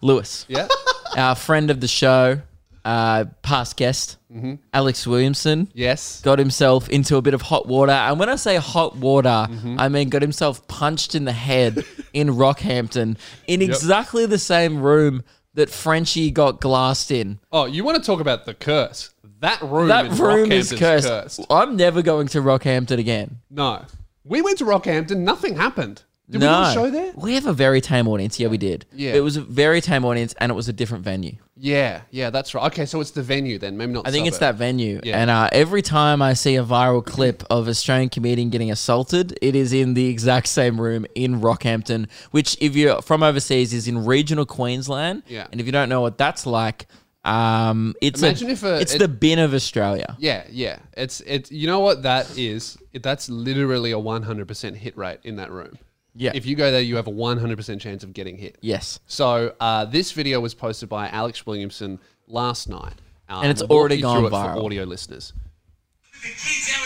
Lewis. Yeah. our friend of the show, uh, past guest, Mm-hmm. Alex Williamson, Yes. got himself into a bit of hot water. And when I say hot water, Mm-hmm. I mean got himself punched in the head in Rockhampton in exactly the same room that Frenchie got glassed in. Oh, you want to talk about the curse? That room. That in room Rockhampton's is cursed. I'm never going to Rockhampton again. No, we went to Rockhampton. Nothing happened. Did no. we not show there? We have a very tame audience. Yeah, we did. Yeah. It was a very tame audience and it was a different venue. Yeah, yeah, that's right. Okay, so it's the venue then. Maybe not. I think it's that venue. Yeah. And uh, every time I see a viral clip of Australian comedian getting assaulted, it is in the exact same room in Rockhampton, which, if you're from overseas, is in regional Queensland. Yeah. And if you don't know what that's like, um, it's a- Imagine if a- it's it- the bin of Australia. Yeah, yeah. It's it's you know what that is? It- That's literally a 100% hit rate in that room. Yeah. If you go there, you have a 100% chance of getting hit. Yes. So uh, this video was posted by Alex Williamson last night. Uh, And it's we'll walk already you gone through it viral. for audio listeners.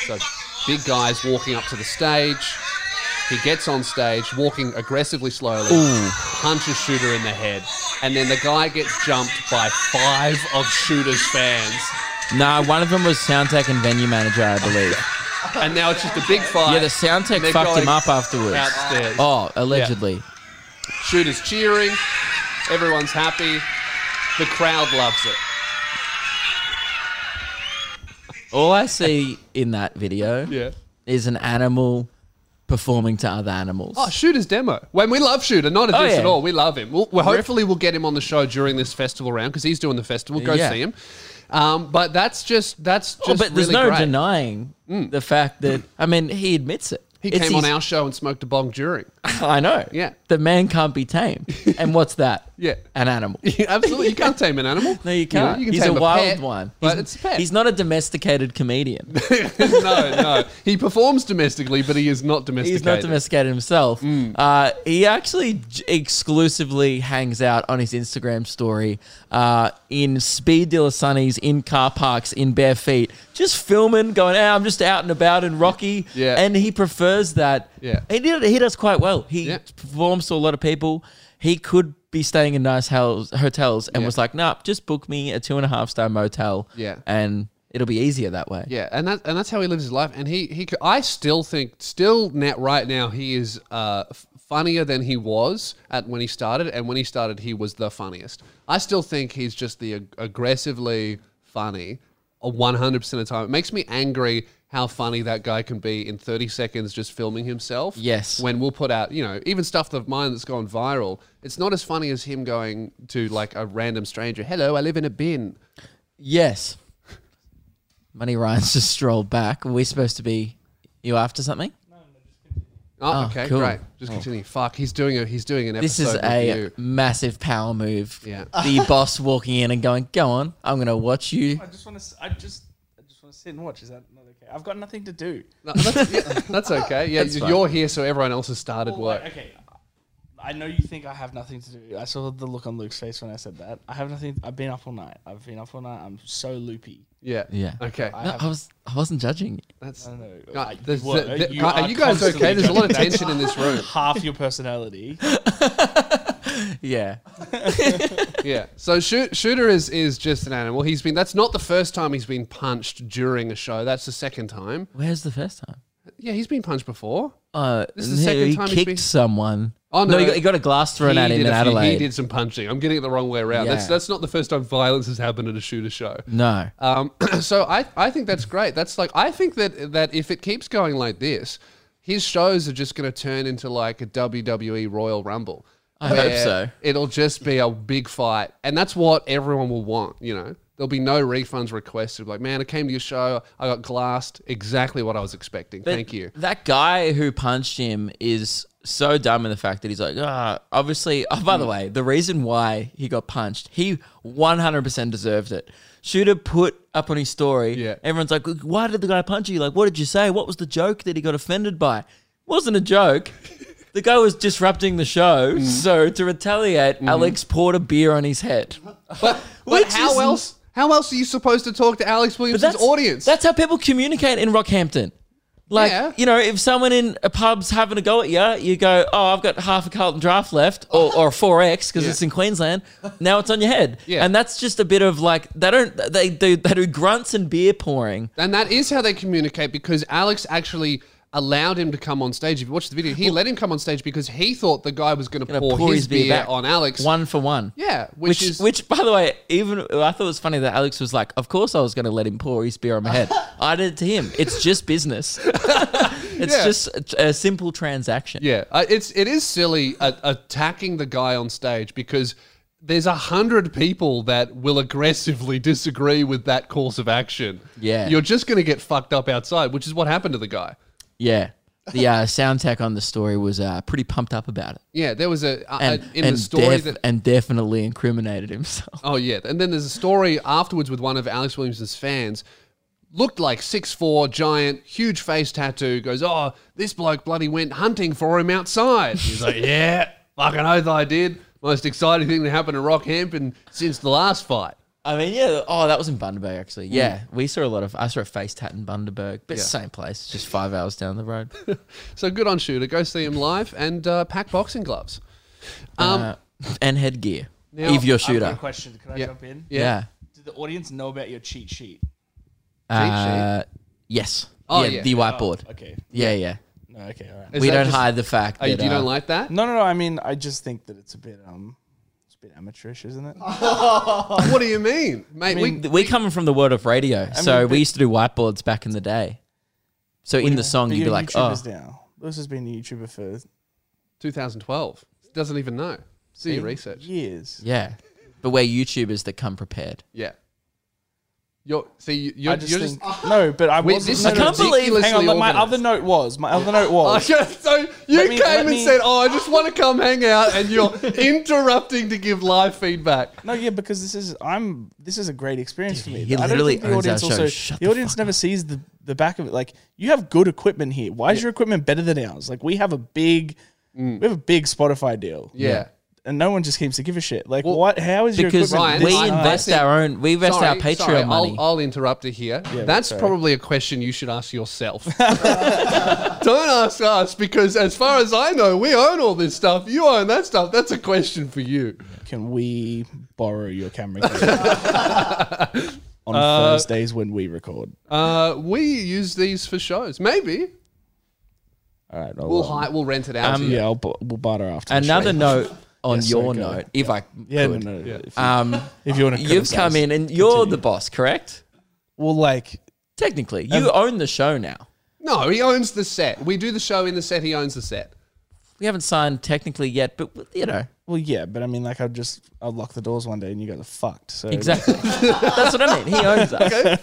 So, So big guys walking up to the stage. He gets on stage, walking aggressively slowly, punches Shooter in the head, and then the guy gets jumped by five of Shooter's fans. No, one of them was sound tech and venue manager, I believe. And now it's just a big fight. Yeah, the sound tech And they're fucked going him up afterwards. Downstairs. Oh, allegedly. Shooter's cheering. Everyone's happy. The crowd loves it. All I see in that video Yeah. is an animal performing to other animals. Oh, Shooter's demo. When we love Shooter, not a Oh, diss yeah. at all. We love him. We'll, we hopefully, we'll get him on the show during this festival round because he's doing the festival. Go Yeah. see him. Um, but that's just that's just. Oh, but there's really no great. Mm. denying the fact that I mean he admits it. He It's came on his- our show and smoked a bong during. I know. Yeah. the man can't be tamed. and what's that? Yeah. an animal. Absolutely, you can't tame an animal. No, you can't. You, know, you can he's tame a wild pet, one. but he's, it's a pet. He's not a domesticated comedian. no, no. He performs domestically, but he is not Mm. domesticated. he's not domesticated himself. Uh, he actually j- exclusively hangs out on his Instagram story uh, in speed dealer sunnies, in car parks, in bare feet, just filming, going, "Ah, I'm just out and about in Rocky. Yeah. And he prefers that. Yeah. He, did, he does quite well. He Yeah. performs to a lot of people. He could be staying in nice house, hotels and Yeah. was like, nah, just book me a two and a half star motel. Yeah. And it'll be easier that way. Yeah, and that and that's how he lives his life. And he he, c- I still think, still net right now, he is uh, f- funnier than he was at when he started. And when he started, he was the funniest. I still think he's just the ag- aggressively funny, uh, one hundred percent of the time. It makes me angry how funny that guy can be in thirty seconds just filming himself. Yes. when we'll put out, you know, even stuff of mine that's gone viral. It's not as funny as him going to like a random stranger. Hello, I live in a bin. Yes. Money Ryan's just strolled back. Are we supposed to be you after something? Oh, Oh, okay, cool. great. Just continue. Fuck, he's doing a he's doing an episode. This is with a you. massive power move. Yeah. The boss walking in and going, "Go on, I'm going to watch you." I just want to. I just. I just want to sit and watch. Is that not okay? I've got nothing to do. No, that's, yeah, that's okay. Yeah, you're here, so everyone else has started Well, work. like, okay. I know you think I have nothing to do. I saw the look on Luke's face when I said that. I have nothing. I've been up all night. I've been up all night. I'm so loopy. Yeah. Yeah. Okay. I No, have- I was I wasn't judging. That's. I don't know. No, I- there's- were- there- you are, are you guys constantly okay? There's a lot of judging. tension in this room. Half your personality. Yeah. Yeah. So Shoot, Shooter is is just an animal. He's been. That's not the first time he's been punched during a show. That's the second time. Where's the first time? Yeah, he's been punched before. Uh, This is the he, second he time he's kicked been- someone. Oh, no. he, got, he got a glass thrown he at him did in a few- Adelaide. he did some punching. I'm getting it the wrong way around. That's Yeah. that's not the first time violence has happened at a Shooter show. No. Um, so I, I think that's great. That's like I think that that if it keeps going like this, his shows are just going to turn into like a WWE Royal Rumble. I hope where so. It'll just be a big fight, and that's what everyone will want. You know, there'll be no refunds requested. Like, man, I came to your show, I got glassed, exactly what I was expecting. But Thank you. That guy who punched him is so dumb in the fact that he's like, ah, obviously. Oh, by the Hmm. way, the reason why he got punched, he 100% deserved it. Shooter put up on his story. Yeah. Everyone's like, why did the guy punch you? Like, what did you say? What was the joke that he got offended by? wasn't a joke. The guy was disrupting the show, Hmm. so to retaliate, Alex poured a beer on his head. But, Which but how is- else? How else are you supposed to talk to Alex Williamson's audience? That's how people communicate in Rockhampton. Like, Yeah. you know, if someone in a pub's having a go at you, you go, oh, I've got half a Carlton draft left or, or a 4X because Yeah. it's in Queensland. Now it's on your head. Yeah. And that's just a bit of like, they don't, they do, they do grunts and beer pouring. And that is how they communicate because Alex actually allowed him to come on stage. If you watch the video, he let him come on stage because he thought the guy was going to Gonna pour, his, beer back. on Alex. One for one. yeah, which, Which, is which, by the way, even I thought it was funny that Alex was like, "Of course, I was going to let him pour his beer on my head. I did it to him. It's just business. it's Yeah. just a, a simple transaction." yeah, uh, it's it is silly uh, attacking the guy on stage because there's a hundred people that will aggressively disagree with that course of action. Yeah. you're just going to get fucked up outside, which is what happened to the guy. Yeah. The uh, sound tech on the story was uh, pretty pumped up about it. Yeah, there was a uh, And, uh, in and, the story def- that and definitely incriminated himself. Oh yeah, and then there's a story afterwards with one of Alex Williamson's fans. Looked like six four, giant, huge face tattoo. Goes, oh, this bloke bloody went hunting for him outside. He's like, yeah, fucking oath I did. Most exciting thing that happened to Rockhampton since the last fight. I mean, yeah. Oh, that was in Bundaberg, actually. Yeah. We saw a lot of, I saw a face tat in Bundaberg, but same place, just five hours down the road. So good on Shooter. Go see him live and uh, pack boxing gloves. Um, Uh, and headgear. Now- if you're I've got a shooter. question. Can I jump in? yeah. yeah. Did the audience know about your cheat sheet? Uh, yes. Oh, yeah, yeah. The Oh, whiteboard. Okay. Yeah, yeah. No. Okay. All right. Is we that don't just- hide the fact Oh, that. you, you uh, don't like that? No, no, no. I mean, I just think that it's a bit um, it's a bit amateurish, isn't it? what do you mean, mate? we, we coming from the world of radio, so mean, we but- used to do whiteboards back in the day. So in the song, But you'd be you're like, "Oh, YouTubers now. Lewis has been a YouTuber for 2012 doesn't even know. See your research. years. Yeah. But we're YouTubers that come prepared. Yeah. You're see, you- you're I just, just you're think just no, but I Wait, wasn't. this no, is no, no. ridiculously Hang on, look, my organised. other note was my other note was Okay, so you Let me- came let and me- said, "Oh, I just want to come hang out," and you're interrupting to give live feedback. No, yeah, because this is I'm this is a great experience for me. He I don't literally think the owns our audience show. also Shut the, the audience fuck never sees the the back of it. Like you have good equipment here. Why is your equipment better than ours? Like we have a big Mm. we have a big Spotify deal. Yeah, And no one just seems to give a shit. Like what how is your Because Ryan, equipment this we I- I high? invest our own, we invest our Patreon sorry, money. I'll, I'll interrupt you here. That's sorry. probably a question you should ask yourself. Don't ask us because, as far as I know, we own all this stuff. You own that stuff. That's a question for you. Can we borrow your camera on Uh, Thursdays when we record? Uh, we use these for shows. Maybe All right, I'll, we'll um, hi- we'll rent it out. to you. yeah, I'll, bu- we'll barter after the Another show. note on Yes, your sorry, go. note, if I Yeah, no, could. no, If, Um, if you want to, you've come in and you're the boss, correct? well, like Technically, you own the show now. No, he owns the set. We do the show in the set. He owns the set. We haven't signed technically yet, but you know, Well, yeah, but I mean, like, I'll just I'll lock the doors one day, and you guys are fucked. So exactly. That's what I mean. He owns us.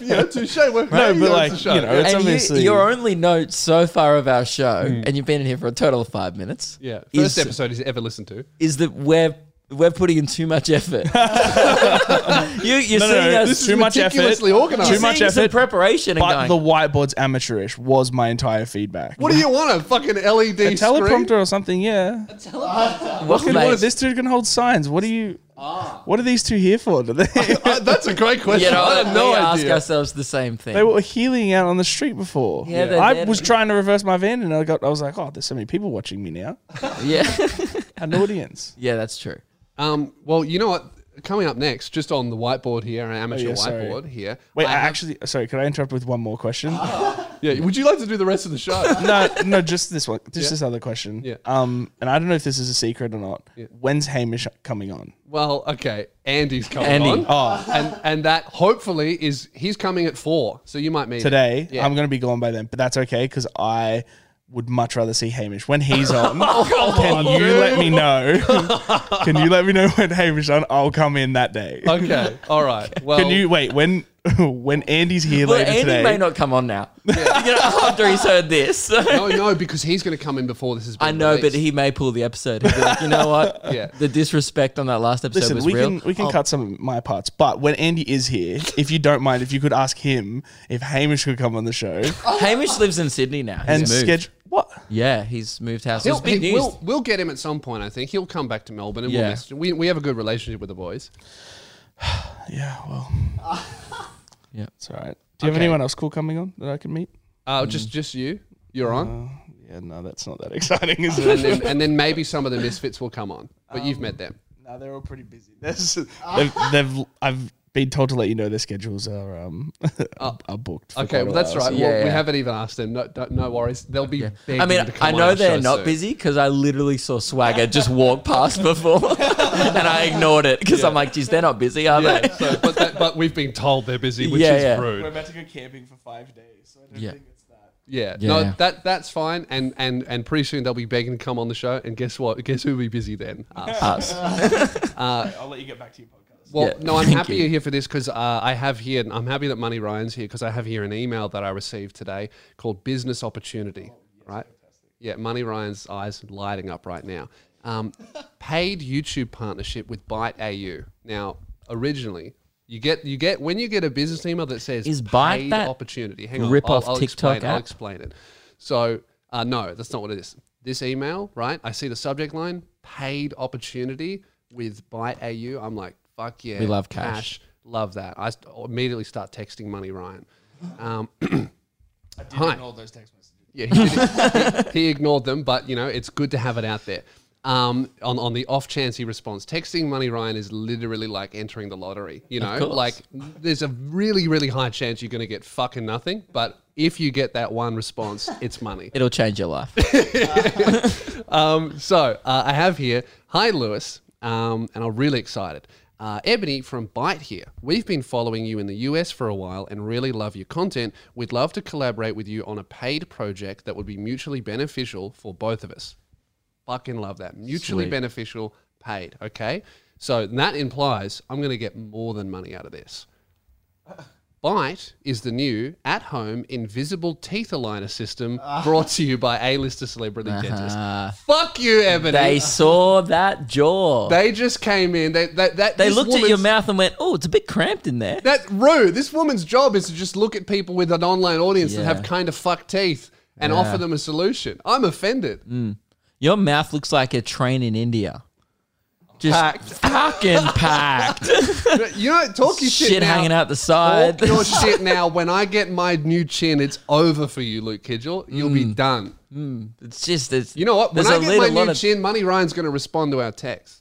yeah, touche. No, No, but like, you know, And it's you, obviously Hmm. your only note so far of our show, and you've been in here for a total of five minutes. yeah, first is- episode he's ever listened to. is that we're we're putting in too much effort. You, you're No, no, seeing no, us. this is Too much effort. meticulously organized. Too much seeing us in effort, preparation and But going. the whiteboard's amateurish was my entire feedback. What do you want? A fucking LED screen? a teleprompter or something? Yeah. well, Dude, mate, what, this dude can hold signs. What are you? Ah. What are these two here for? Do they? Uh, that's a great question. you know, I have no we idea. ask ourselves the same thing. they were healing out on the street before. Yeah, they I did. was trying to reverse my van, and I got. I was like, oh, there's so many people watching me now. yeah, An audience. yeah, that's true. Um, well, you know what? Coming up next, just on the whiteboard here, our amateur Oh, yeah, sorry. whiteboard here. Wait, uh, I have- actually. Sorry, could I interrupt with one more question? Ah. yeah. Would you like to do the rest of the show? no, no, just this one. Just this other question. Yeah. Um, and I don't know if this is a secret or not. When's Hamish coming on? Well, okay, Andy's coming Andy. on. Oh. and and that hopefully is he's coming at four, so you might meet him. Today, Yeah. I'm going to be gone by then, but that's okay because I would much rather see Hamish when he's on. Oh, can you let me know? can you let me know when Hamish on? I'll come in that day. Okay, all right. Well, Can you wait when when Andy's here Well, later Andy today? may not come on now. you know, after he's heard this, No, no, because he's going to come in before this has been. I know, but released. he may pull the episode. He'll be like, you know what? Yeah. The disrespect on that last episode Listen, was we real. Oh. can we can cut some of my parts, but when Andy is here, if you don't mind, if you could ask him if Hamish could come on the show Hamish lives in Sydney now. Oh, He's and moved. schedule what Yeah, he's moved house. He'll- It's big he- news. we'll, we'll get him at some point. I think he'll come back to Melbourne, and we'll Yeah. message him. we we have a good relationship with the boys. Yeah, well. Yeah. It's all right. Do you have anyone else cool coming on that I can meet? Uh, Mm. Just just you, you're on, Yeah, no, that's not that exciting, is Uh. and it? then and then maybe some of the misfits will come on, but you've met Um, them. no, they're all pretty busy. they've, they've, I've been told to let you know their schedules are um are booked. for Okay, quite a well that's while, right. so- Yeah, well, we yeah. haven't even asked them. No, don't- no worries. They'll be. begging I mean, to come I on know our they're show not soon. busy because I literally saw Swagger just walk past before and I ignored it because I'm like, geez, they're not busy, are Yeah, they? so, but that, but we've been told they're busy, which Yeah, is yeah. rude. We're about to go camping for five days, so I don't Yeah. think it's that. Yeah, Yeah, no, yeah. that that's fine, and and and pretty soon they'll be begging to come on the show, and guess what? Guess who'll be busy then? Us. Us. Okay, I'll let you get back to your podcast. Well, Yeah, no, I'm thank happy you. you're here for this because uh, I have here, and I'm happy that Money Ryan's here because I have here an email that I received today called Business Opportunity, right? Yeah, Money Ryan's eyes lighting up right now. Um, paid YouTube partnership with Byte AU. Now, originally, you get you get when you get a business email that says Is Byte paid that opportunity. Hang on, rip-off I'll, I'll TikTok explain, I'll app? explain it. So, uh, no, that's not what it is. This email, right? I see the subject line: paid opportunity with Byte AU. I'm like, fuck yeah, We love cash. Love that. I st- immediately start texting Money Ryan. Um, I did Hi. ignore those text messages. yeah, he, did- he- he ignored them, but you know it's good to have it out there. Um, on on the off chance he responds, texting Money Ryan is literally like entering the lottery. You know, course. like there's a really really high chance you're going to get fucking nothing, but if you get that one response, it's money. It'll change your life. So uh, I have here, hi Lewis, um, and I'm really excited. Uh, Ebony from Byte here. We've been following you in the US for a while and really love your content. We'd love to collaborate with you on a paid project that would be mutually beneficial for both of us. Fucking love that. Mutually Sweet. beneficial, paid. Okay. So that implies I'm going to get more than money out of this. Bite is the new at home invisible teeth aligner system brought to you by A lister celebrity Uh, dentist. Fuck you, Ebony. They They, saw that jaw. They, just came in. They, that, that, this looked at your woman's- mouth and went, oh, it's a bit cramped in there. That Rue, this woman's job is to just look at people with an online audience that Yeah. have kind of fucked teeth and offer them a solution. I'm offended. Mm. Your mouth looks like a train in India. Just fucking packed. You know, talk your shit, Shit now. Oh, hanging out the Talk side. your shit now. When I get my new chin, it's over for you, Luke Kidgel. You'll be done. It's just, it's. You know what? When Mm. there's I a get little my lot new of- chin, Money Ryan's going to respond to our text.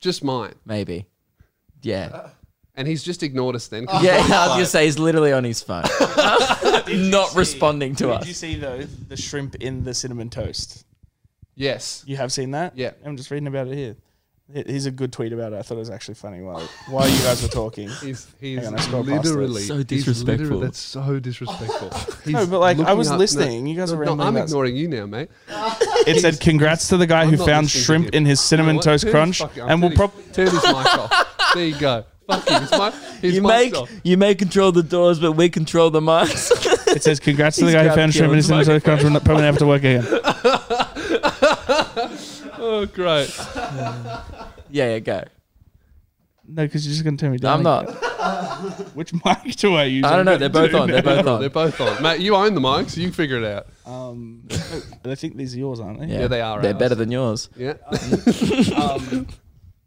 Just mine. Maybe. Uh, Yeah. And he's just ignored us then. 'cause Yeah, I was he's on going to the say he's literally on his phone. Not responding to Did us. you see though the shrimp in the cinnamon toast? phone. Yes. You have seen that? Yeah. I'm just reading about it here. Here- Here's a good tweet about it. I thought it was actually funny while while you guys were talking. He's, he's Hang on, I scrolled past literally that. So he's disrespectful. literally- that's so disrespectful. He's No, but, like, I looking was up- listening. You guys are no, rambling I'm about- ignoring you now, mate. It said, "Congrats to the guy I'm who not found listening to you. shrimp in his cinnamon What? toast Turn crunch, his fucking- and we'll turn his- probably." turn his mic off. There you go. Fuck you. It's my. He's You my may stuff. you may control the doors, but we control the minds. It says, "Congrats to the He's guy who grabbed found shrimp in his cinnamon Keelan's toast crunch. We're not- probably never have to work again." Oh, great. yeah, yeah, go. No, because you're just gonna turn me I'm down. again. not. Which mic do I use? I don't know. They're both on. They're both They're on. both on. Matt, you own the mics. you figure it out. Um, I think these are yours, aren't they? Yeah, they are They're ours. better than yours. Yeah. Um,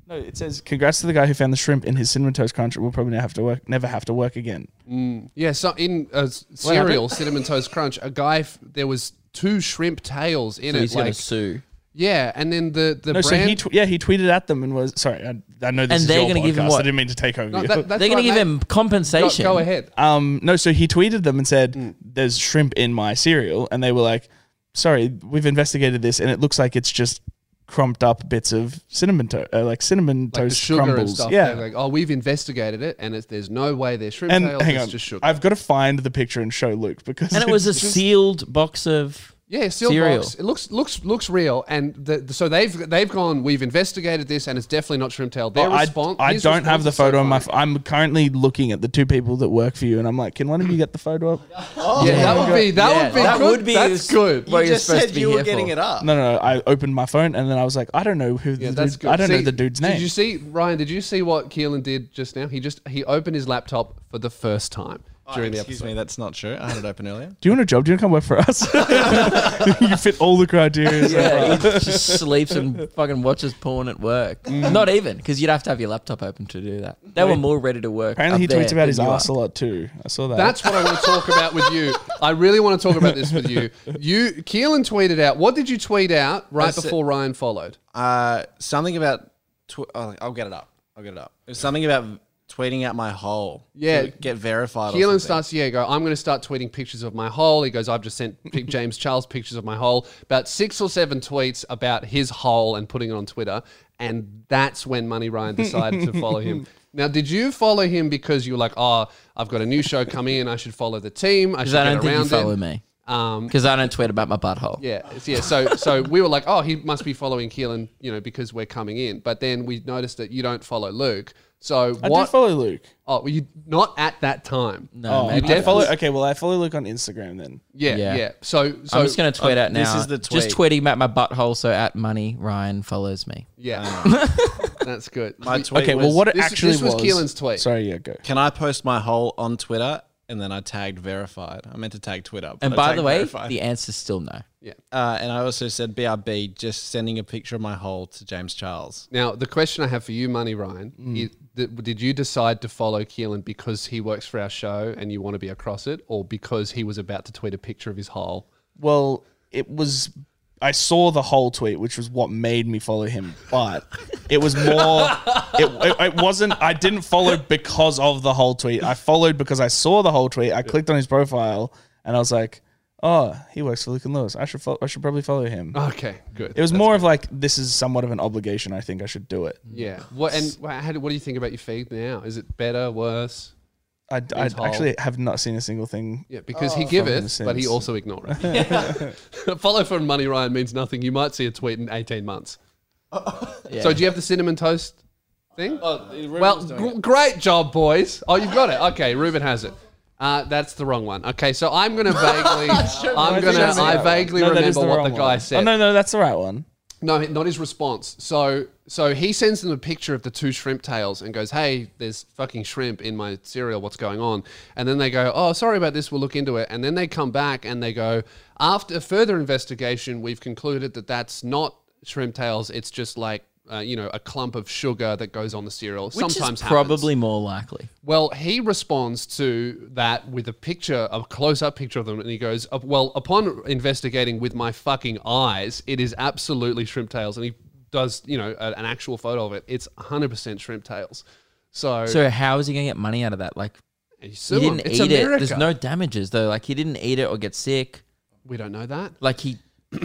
No, it says congrats to the guy who found the shrimp in his cinnamon toast crunch. Will probably never have to work, never have to work again. Yeah, so in a s- cereal, Cinnamon Toast Crunch, a guy, f- there was two shrimp tails in So it. he's gonna like- sue, yeah, and then the, the No, brand... so he tw- yeah he tweeted at them and was sorry. I, I know And this is they're your gonna podcast. give him I what? didn't mean to take over. No, you. that- that's They're gonna right, give mate. him Go, compensation. go ahead. um, no, so he tweeted them and said Mm. there's shrimp in my cereal, and they were like, sorry, we've investigated this, and it looks like it's just crumped up bits of cinnamon toast, uh, like cinnamon Like the toast sugar crumbles. and stuff. Yeah, They're Like, oh, we've investigated it, and it's, there's no way they're shrimp and tails. hang it's on, just sugar. I've got to find the picture and show Luke because And it was a it's just- sealed box of. Yeah, sealed Cereal. box. It looks looks looks real, and the, the- so they've they've gone. We've investigated this, and it's definitely not shrimp tail. Their Oh, I, response. I his don't have the response is so photo on my. funny. F- I'm currently looking at the two people that work for you, and I'm like, can one of you get the photo Oh up? yeah, that would be that Yeah, would be that good. would be- that's good. Well, Yeah, you're supposed to be here for. up. No, no, no. I opened my phone and then I was like, I don't know who. the that's dude- good. I don't know See, the dude's Did name. you see Ryan? Did you see what Keelan did just now? He just he opened his laptop for the first time Oh, during the Oh, Excuse episode. me, that's not true. I had it open earlier. Do you want a job? Do you want to come work for us? you fit all the criteria. so far. Yeah, he just sleeps and fucking watches porn at work. Mm. Not even because you'd have to have your laptop open to do that. They were more ready to work. Apparently, up he there tweets about than his you are. ass a lot too. I saw that. That's what I want to talk about with you. I really want to talk about this with you. You Keelan tweeted out. What did you tweet out right said- before Ryan followed? Uh, something about. Tw- oh, I'll get it up. I'll get it up. It was something about tweeting out my hole. Yeah. to get verified. or Keelan something. starts, yeah, go, I'm going to start tweeting pictures of my hole. He goes, I've just sent pic- James Charles pictures of my hole. About six or seven tweets about his hole and putting it on Twitter. And that's when Money Ryan decided to follow him. Now, did you follow him because you were like, oh, I've got a new show coming in. I should follow the team. I should Because I get don't think you around follow it. me. Um, Because I don't tweet about my butthole. yeah, it's- yeah. So, so we were like, oh, he must be following Keelan, you know, because we're coming in. But then we noticed that you don't follow Luke. So I what? Uh, did follow Luke. oh, were you not at that time? No. Oh, You I did follow. Okay, well, I follow Luke on Instagram then. Yeah, yeah. Yeah. So, so uh, I'm just gonna tweet out now. this is the Just tweeting about my butthole, so at money Ryan follows me. Yeah, that's good. My We- tweet Okay, was, well, what it this- actually this was Keelan's tweet. Sorry, yeah, go. Can I post my hole on Twitter? And then I tagged verified. I meant to tag Twitter. but And I by tagged the way, verified. the answer's still no. uh, and I also said BRB, just sending a picture of my hole to James Charles. now, the question I have for you, Money Ryan, is that, did you decide to follow Keelan because he works for our show and you want to be across it, or because he was about to tweet a picture of his hole? Well, it was. I saw the whole tweet, which was what made me follow him. But it was more. It, it, it wasn't. I didn't follow because of the whole tweet. I followed because I saw the whole tweet. I clicked on his profile and I was like, "Oh, he works for Luke and Lewis. I should. Fo- I should probably follow him." Okay, good. It was more of like, "This is somewhat of an obligation. I think I should do it." yeah. What and wha- how, do- what do you think about your feed now? Is it better, worse? I, I Hole. actually have not seen a single thing. Yeah, because he giveth, From the but he Sims. also ignoreth. follow from Money Ryan means nothing. You might see a tweet in eighteen months. So, do you have the cinnamon toast thing? Well, gr- great job, boys. Oh, you've got it. Okay, Ruben has it. Uh, that's the wrong one. Okay, so I'm gonna vaguely, I'm gonna, I vaguely No, that is remember what wrong the guy one. said. Oh no, no, that's the right one. No, not his response. So, so he sends them a picture of the two shrimp tails and goes, "Hey, there's fucking shrimp in my cereal. What's going on?" And then they go, "Oh, sorry about this. We'll look into it." And then they come back and they go, "After further investigation, we've concluded that that's not shrimp tails. It's just like." Uh, you know, a clump of sugar that goes on the cereal. Which Sometimes happens. is probably more likely. Well, he responds to that with a picture, a close up picture of them, and he goes, "Uh, Well, upon investigating with my fucking eyes, it is absolutely shrimp tails. And he does, you know, a, an actual photo of it. It's 100% shrimp tails. So, So how is he gonna get money out of that? Like you he sue him. didn't It's eat America. it. There's no damages though. Like he didn't eat it or get sick. we don't know that. Like he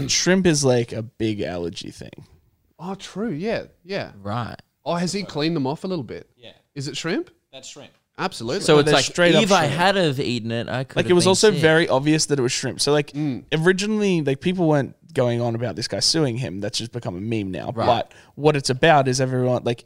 Shrimp is like a big allergy thing. Oh, true. Yeah. Yeah. right. Oh, has he cleaned them off a little bit? Yeah. Is it shrimp? That's shrimp. Absolutely. So it's they're like straight up if I shrimp. had have eaten it, I could. Like have it was been also sick. very obvious that it was shrimp. So like Mm. originally, like people weren't going on about this guy suing him. That's just become a meme now. But what it's about is everyone like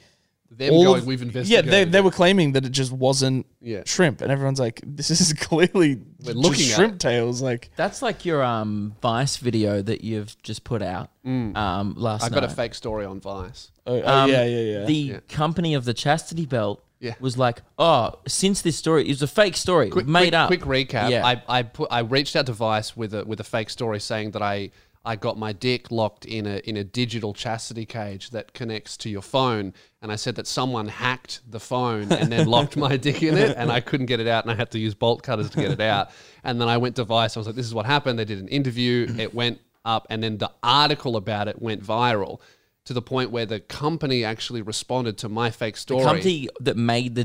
them all going, of- we've Yeah, investigated. they, they were claiming that it just wasn't Yeah. shrimp, and everyone's like, this is clearly looking just at shrimp it. tails. Like That's like your um Vice video that you've just put out um last Mm. I've night. got a fake story on Vice. Oh, oh, Um, yeah, yeah, yeah. The company of the chastity belt Yeah. was like, oh, since this story it was a fake story, quick, made quick, up. Quick recap. Yeah. I, I put I reached out to Vice with a with a fake story saying that I I got my dick locked in a in a digital chastity cage that connects to your phone, and I said that someone hacked the phone and then locked my dick in it, and I couldn't get it out, and I had to use bolt cutters to get it out. And then I went to Vice. I was like, "This is what happened." They did an interview. It went up, and then the article about it went viral. To the point where the company actually responded to my fake story. company that made the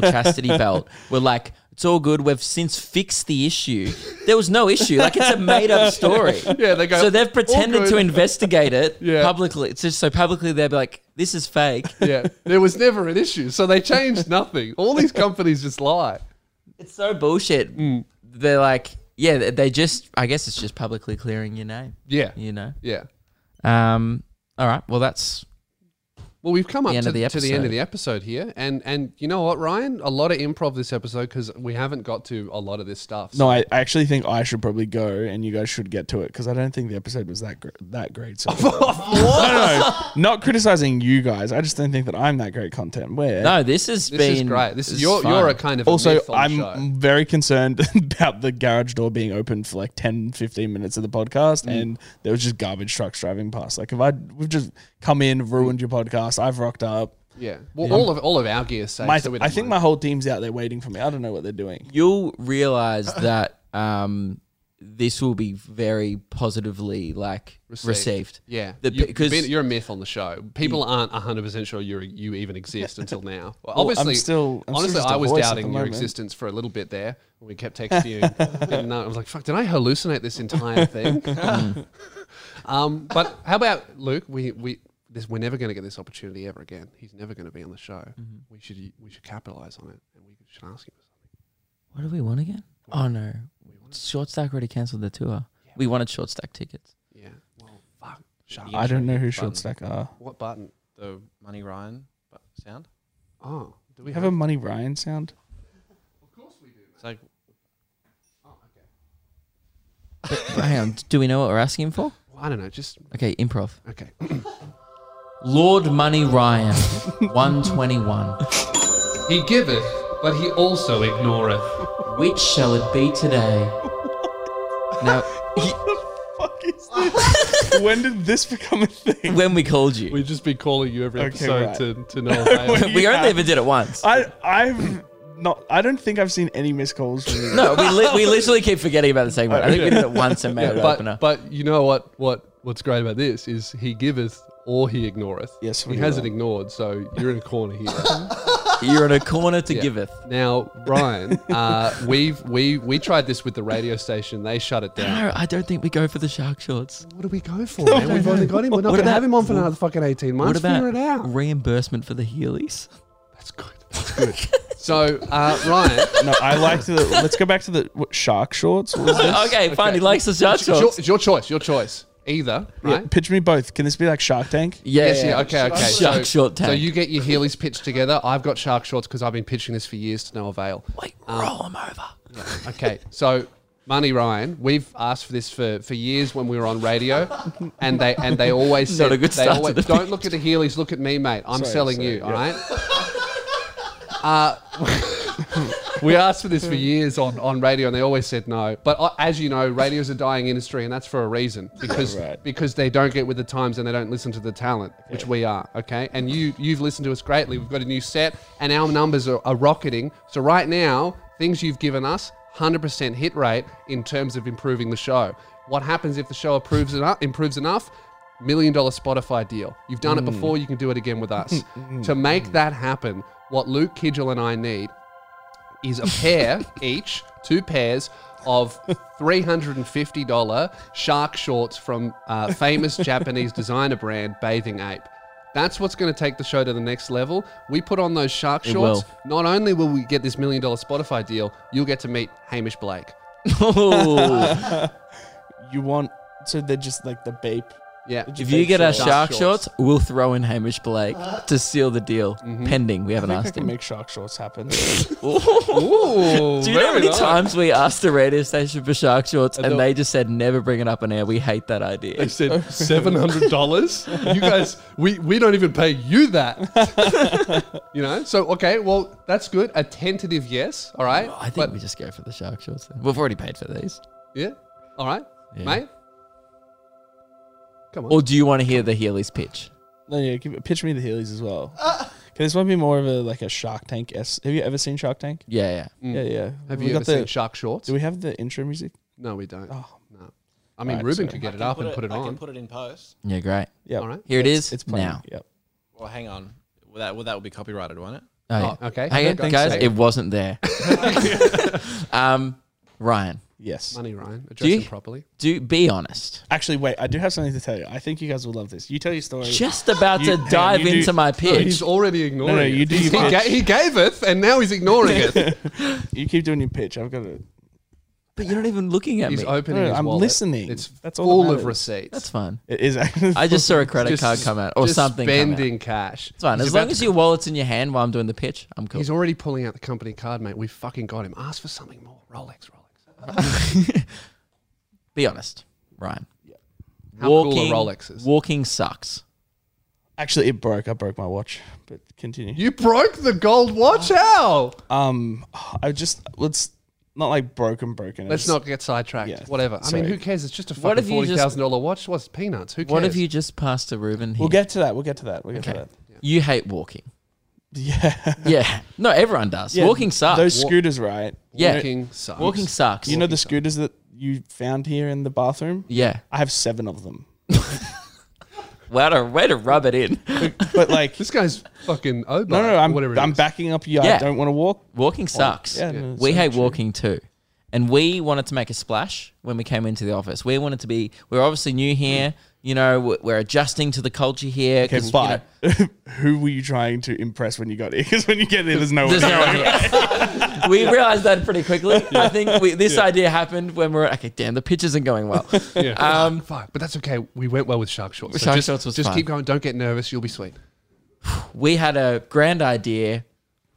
chastity belt were like, it's all good. We've since fixed the issue. There was no issue. Like it's a made up story. Yeah, they go, So they've "All pretended good." to investigate it Yeah. publicly. It's just so publicly they'll be like, this is fake. yeah, there was never an issue, so they changed nothing. All these companies just lie. It's so bullshit. Mm. They're like, yeah, they- they just. I guess it's just publicly clearing your name. Yeah, You know. yeah. Um. All right. Well, that's Well, we've come up The end to, of the to the end of episode. the episode here, and and you know what, Ryan, a lot of improv this episode because we haven't got to a lot of this stuff. no, I, I actually think I should probably go, and you guys should get to it because I don't think the episode was that gr- that great. So No, no, not criticizing you guys. I just don't think that I'm that great content. Where no. This has this been. is great. This is you're you're a kind of also myth on the I'm show. very concerned about the garage door being open for like 10, 15 minutes of the podcast, Mm. and there was just garbage trucks driving past. Like if I we've just come in, ruined your podcast. I've rocked up. yeah. Well, all of all of our gear safe. My, so we don't I think my mind. whole team's out there waiting for me. I don't know what they're doing. You'll realize that. Um. This will be very positively like Received. received. yeah, The- you, because- you're a myth on the show. People aren't 100 percent sure you you even exist until now. Well, I'm obviously, still- I'm still honestly, just a I was voice at the doubting your moment. existence for a little bit there. We kept texting you. Didn't know. I was like, "Fuck! Did I hallucinate this entire thing?" um, but how about Luke? We we this, we're never going to get this opportunity ever again. He's never going to be on the show. Mm-hmm. We should we should capitalize on it, and we should ask him. What do we want again? Oh no. Short Stack already cancelled the tour. We wanted Short Stack tickets. Yeah. Well, fuck. Shut up. I don't know who Button. short stack are. What button? The Money Ryan bu- sound. Oh, do we We have have a a? Money Ryan sound. It's like Hang on. Do we know what we're asking him for? I don't know. Just Okay. Improv. okay. Lord Money Ryan, 121. He giveth, but he also ignoreth. Which shall it be today? Now, when did this become a thing? when we called you, We'd just be calling you every Okay, episode right. to, to no avail. we only ever did it once. I I've not. I don't think I've seen any missed calls. From you. No, we, li- we literally keep forgetting about the segment. I think we did it once and made it opener. but, but you know what, what? What's great about this is he giveth or he ignoreth. Yes, he we hasn't will. ignored, so you're in a corner here. You're in a corner to giveth. now, Brian, uh, we've we we tried this with the radio station. They shut it down. No, I don't think we go for the shark shorts. What do we go for, man? We've only got him. We're not going to What about- have him on for another fucking eighteen What months. Figure about it out. reimbursement for the Heelys? That's good. That's good. so, uh, Ryan, no, I liked the. Let's go back to the what, shark shorts. What was this? Okay, fine. He likes the shark it's your, shorts. it's your choice. Your choice. Either right. Pitch me both. Can this be like Shark Tank? Yeah, Yes, yeah, okay, okay. Shark so, short tank. So you get your Heelys pitched together. I've got shark shorts because I've been pitching this for years to no avail. Wait, roll him over. Okay, so Money Ryan, we've asked for this for, for years when we were on radio, and they and they always said, Not a good they start to always- the don't look at the Heelys, look at me, mate. I'm selling you, all right. Uh, we asked for this for years on, on radio, and they always said no. But uh, as you know, radio is a dying industry, and that's for a reason because Right. because they don't get with the times and they don't listen to the talent, which we are. Okay, and you you've listened to us greatly. We've got a new set, and our numbers are, are rocketing. So right now, things you've given us, hundred percent hit rate in terms of improving the show. What happens if the show improves enough? Improves enough. Million dollar Spotify deal. You've done it before, you can do it again with us. to make that happen, what Luke Kidgel and I need is a pair each, two pairs of $350 shark shorts from uh, famous Japanese designer brand Bathing Ape. That's what's going to take the show to the next level. We put on those shark shorts. Not only will we get this million dollar Spotify deal, you'll get to meet Hamish Blake. Ooh. You want so they're just like the Bape Yeah. If you get our Shark shark shorts. shorts, we'll throw in Hamish Blake to seal the deal. Pending, we haven't I asked can him. make shark shorts happen. Ooh, Do you know how very many nice. times we asked the radio station for shark shorts and don't- they just said never bring it up on air? We hate that idea. They said seven hundred dollars. you guys, we we don't even pay you that. you know. So okay, well that's good. A tentative yes. All right. I think But- we just go for the shark shorts. Then. We've already paid for these. yeah. All right, Yeah. mate. Come on. Or do you want to hear the Healy's pitch? no, yeah, give, pitch me the Heelys as well. Can this one be more of a like a Shark Tank? S- have you ever seen Shark Tank? Yeah, yeah. Yeah, yeah. Have We you ever got the, seen shark shorts? Do we have the intro music? no, we don't. Oh. No. I mean, Right, Ruben so- could get it up and put it I on. can put it in post. Yeah, great. Yeah. All right. Here it It's- is. It's playing. now. Yep. Well, hang on. Well, that well, that will be copyrighted, won't it? Oh, yeah. Oh, okay. Hang I on, don't guys. think so. It wasn't there. um, Ryan, Yes. Money, Ryan. Address you- him properly. do be honest. Actually, wait. I do have something to tell you. I think you guys will love this. You tell your story. Just about You- to hey, dive you do- into my pitch. He's already ignoring. no, it. you do He's- your he, pitch. ga- he gave it, and now he's ignoring it. You keep doing your pitch. I've got it. but you're not even looking at He's me. opening. No, his I'm wallet. listening. It's That's all that full of matters. receipts. That's fine. It is actually. I just saw a credit Just- card come out or just something. Come out. It's Spending cash. fine. He's As about long to- as your wallet's in your hand while I'm doing the pitch, I'm cool. He's already pulling out the company card, mate. We fucking got him. Ask for something more. Rolex, Rolex. Be honest, Ryan. How cool are Rolexes? Walking sucks. Actually, it broke. I broke my watch. But continue. You broke the gold watch. How? Um, I just let's not like broken, broken. Let's It's- not get sidetracked. Yeah, Whatever. I sorry. mean, who cares? It's just a What fucking if you forty just- thousand dollar watch. What's peanuts? Who cares? What have you just passed to Ruben here? We'll get to that. We'll get to that. We'll get to Okay. that. You hate walking. Yeah. Yeah. No, everyone does. Yeah, walking sucks. Those scooters, right? yeah. Walking sucks. walking sucks. You know the scooters that you found here in the bathroom? yeah. I have seven of them. Way to, way to rub it in. But like, This guy's fucking Obo. no, no, I'm whatever. it I'm is. backing up. Yeah, Yeah. I don't want to walk. Walking sucks. Yeah, no, we so hate true. walking too. And we wanted to make a splash when we came into the office. We wanted to be, we're obviously new here. You know, we're- we're adjusting to the culture here. Mm. Okay, 'cause, you know, but who were you trying to impress when you got here? Because when you get there, there's no one. There's no one here. we realized that pretty quickly. I think we, this idea happened when we were okay. Damn, the pitch isn't going well. Yeah. Um, fuck, but that's okay. We went well with shark shorts. Shark just, shorts was just fun. keep going. Don't get nervous. You'll be sweet. we had a grand idea.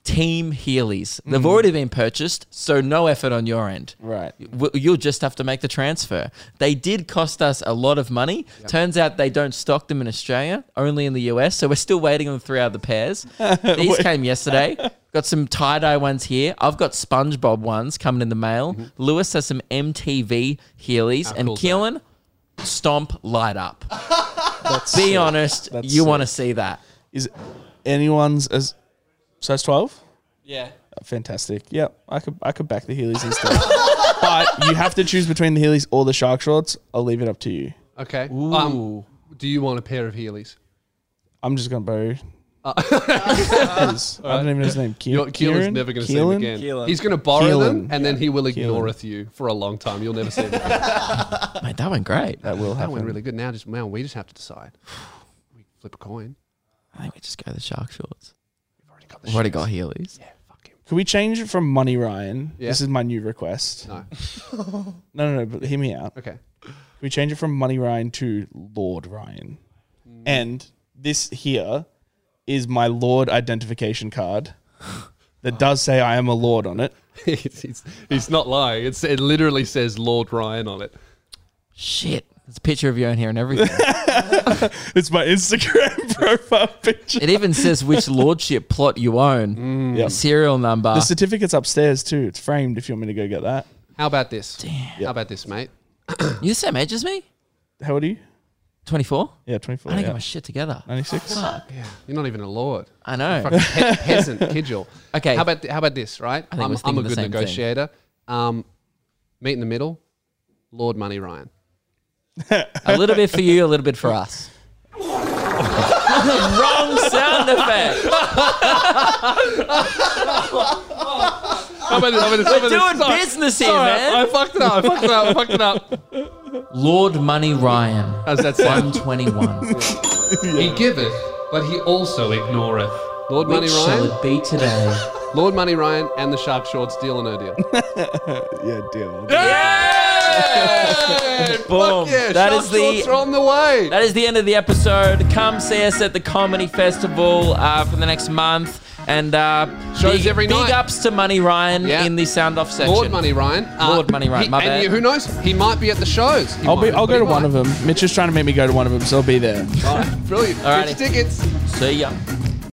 Team Heelys. They've already been purchased, so no effort on your end. Right. W- You'll just have to make the transfer. They did cost us a lot of money. Turns out they don't stock them in Australia, only in the US. So we're still waiting on the three other pairs. These came yesterday. Got some tie dye ones here. I've got SpongeBob ones coming in the mail. Lewis has some MTV Heelys, and Mm-hmm. cool's that? Keelan, Stomp light up. That's Be honest, That's you sick. want to see that. Is anyone's as size twelve? Yeah. Fantastic. Yeah, I could I could back the Heelys instead. but you have to choose between the Heelys or the Shark Shorts. I'll leave it up to you. Okay. Um, do you want a pair of Heelys? I'm just gonna borrow. Uh, His. I don't even know his name. Ke- Your Keelan's Kieran? never going to see him Keelan? again. Keelan. He's going to borrow them, and Keelan. then he will ignore you for a long time. You'll never see him. again. Mate, that went great. That will that happen. went really good. Now, just man, we just have to decide. We flip a coin. I think we just go the shark shorts. We've already got the. We've already got Heelys. shit. Fuck him. Can we change it from Money Ryan? Yeah. This is my new request. No. No, no, no. But hear me out. Okay. we change it from Money Ryan to Lord Ryan. Mm. And this here is my Lord identification card that does say I am a Lord on it. he's, he's, he's not lying. It's, it literally says Lord Ryan on it. Shit. There's a picture of you in here and everything. It's my Instagram profile picture. it even says which lordship plot you own, Mm. Yep. serial number. The certificate's upstairs too. It's framed if you want me to go get that. How about this? How Yeah. about this, mate? you the same age as me? How old are you? 24? Yeah, 24. I don't yeah. get my shit together. 96. You're not even a lord. I know. fucking pe- peasant kidgel. Okay. How about th- how about this? Right. think I'm, we're I'm a thinking the good same thing. negotiator. Um, meet in the middle. Lord Money Ryan. a little bit for you, a little bit for us. Wrong sound effect. How about this? How about this? How about Doing this? Sorry. business here, Sorry, I, I man. fucked it up. I fucked it up. I fucked it up. Lord Money Ryan, How's that sound? 121. He giveth, but he also ignoreth. Lord Money Which shall Ryan, it be today? Lord Money Ryan, and the Shark Shorts deal or no deal. yeah, deal. Yeah! Boom. Fuck yeah, That sharp is the- shorts are on the way. That is the end of the episode. Come see us at the Comedy Festival uh, for the next month. And uh, Shows big, every big night. ups to Money Ryan Yeah. in the sound off section. Lord Money Ryan. uh, Lord Money Ryan, he- my and bad. you- who knows? He might be at the shows. He I'll be. might, I'll but go he to one of them. Mitch is trying to make me go to one of them, so I'll be there. might. Brilliant. Alrighty. Get your tickets. See ya.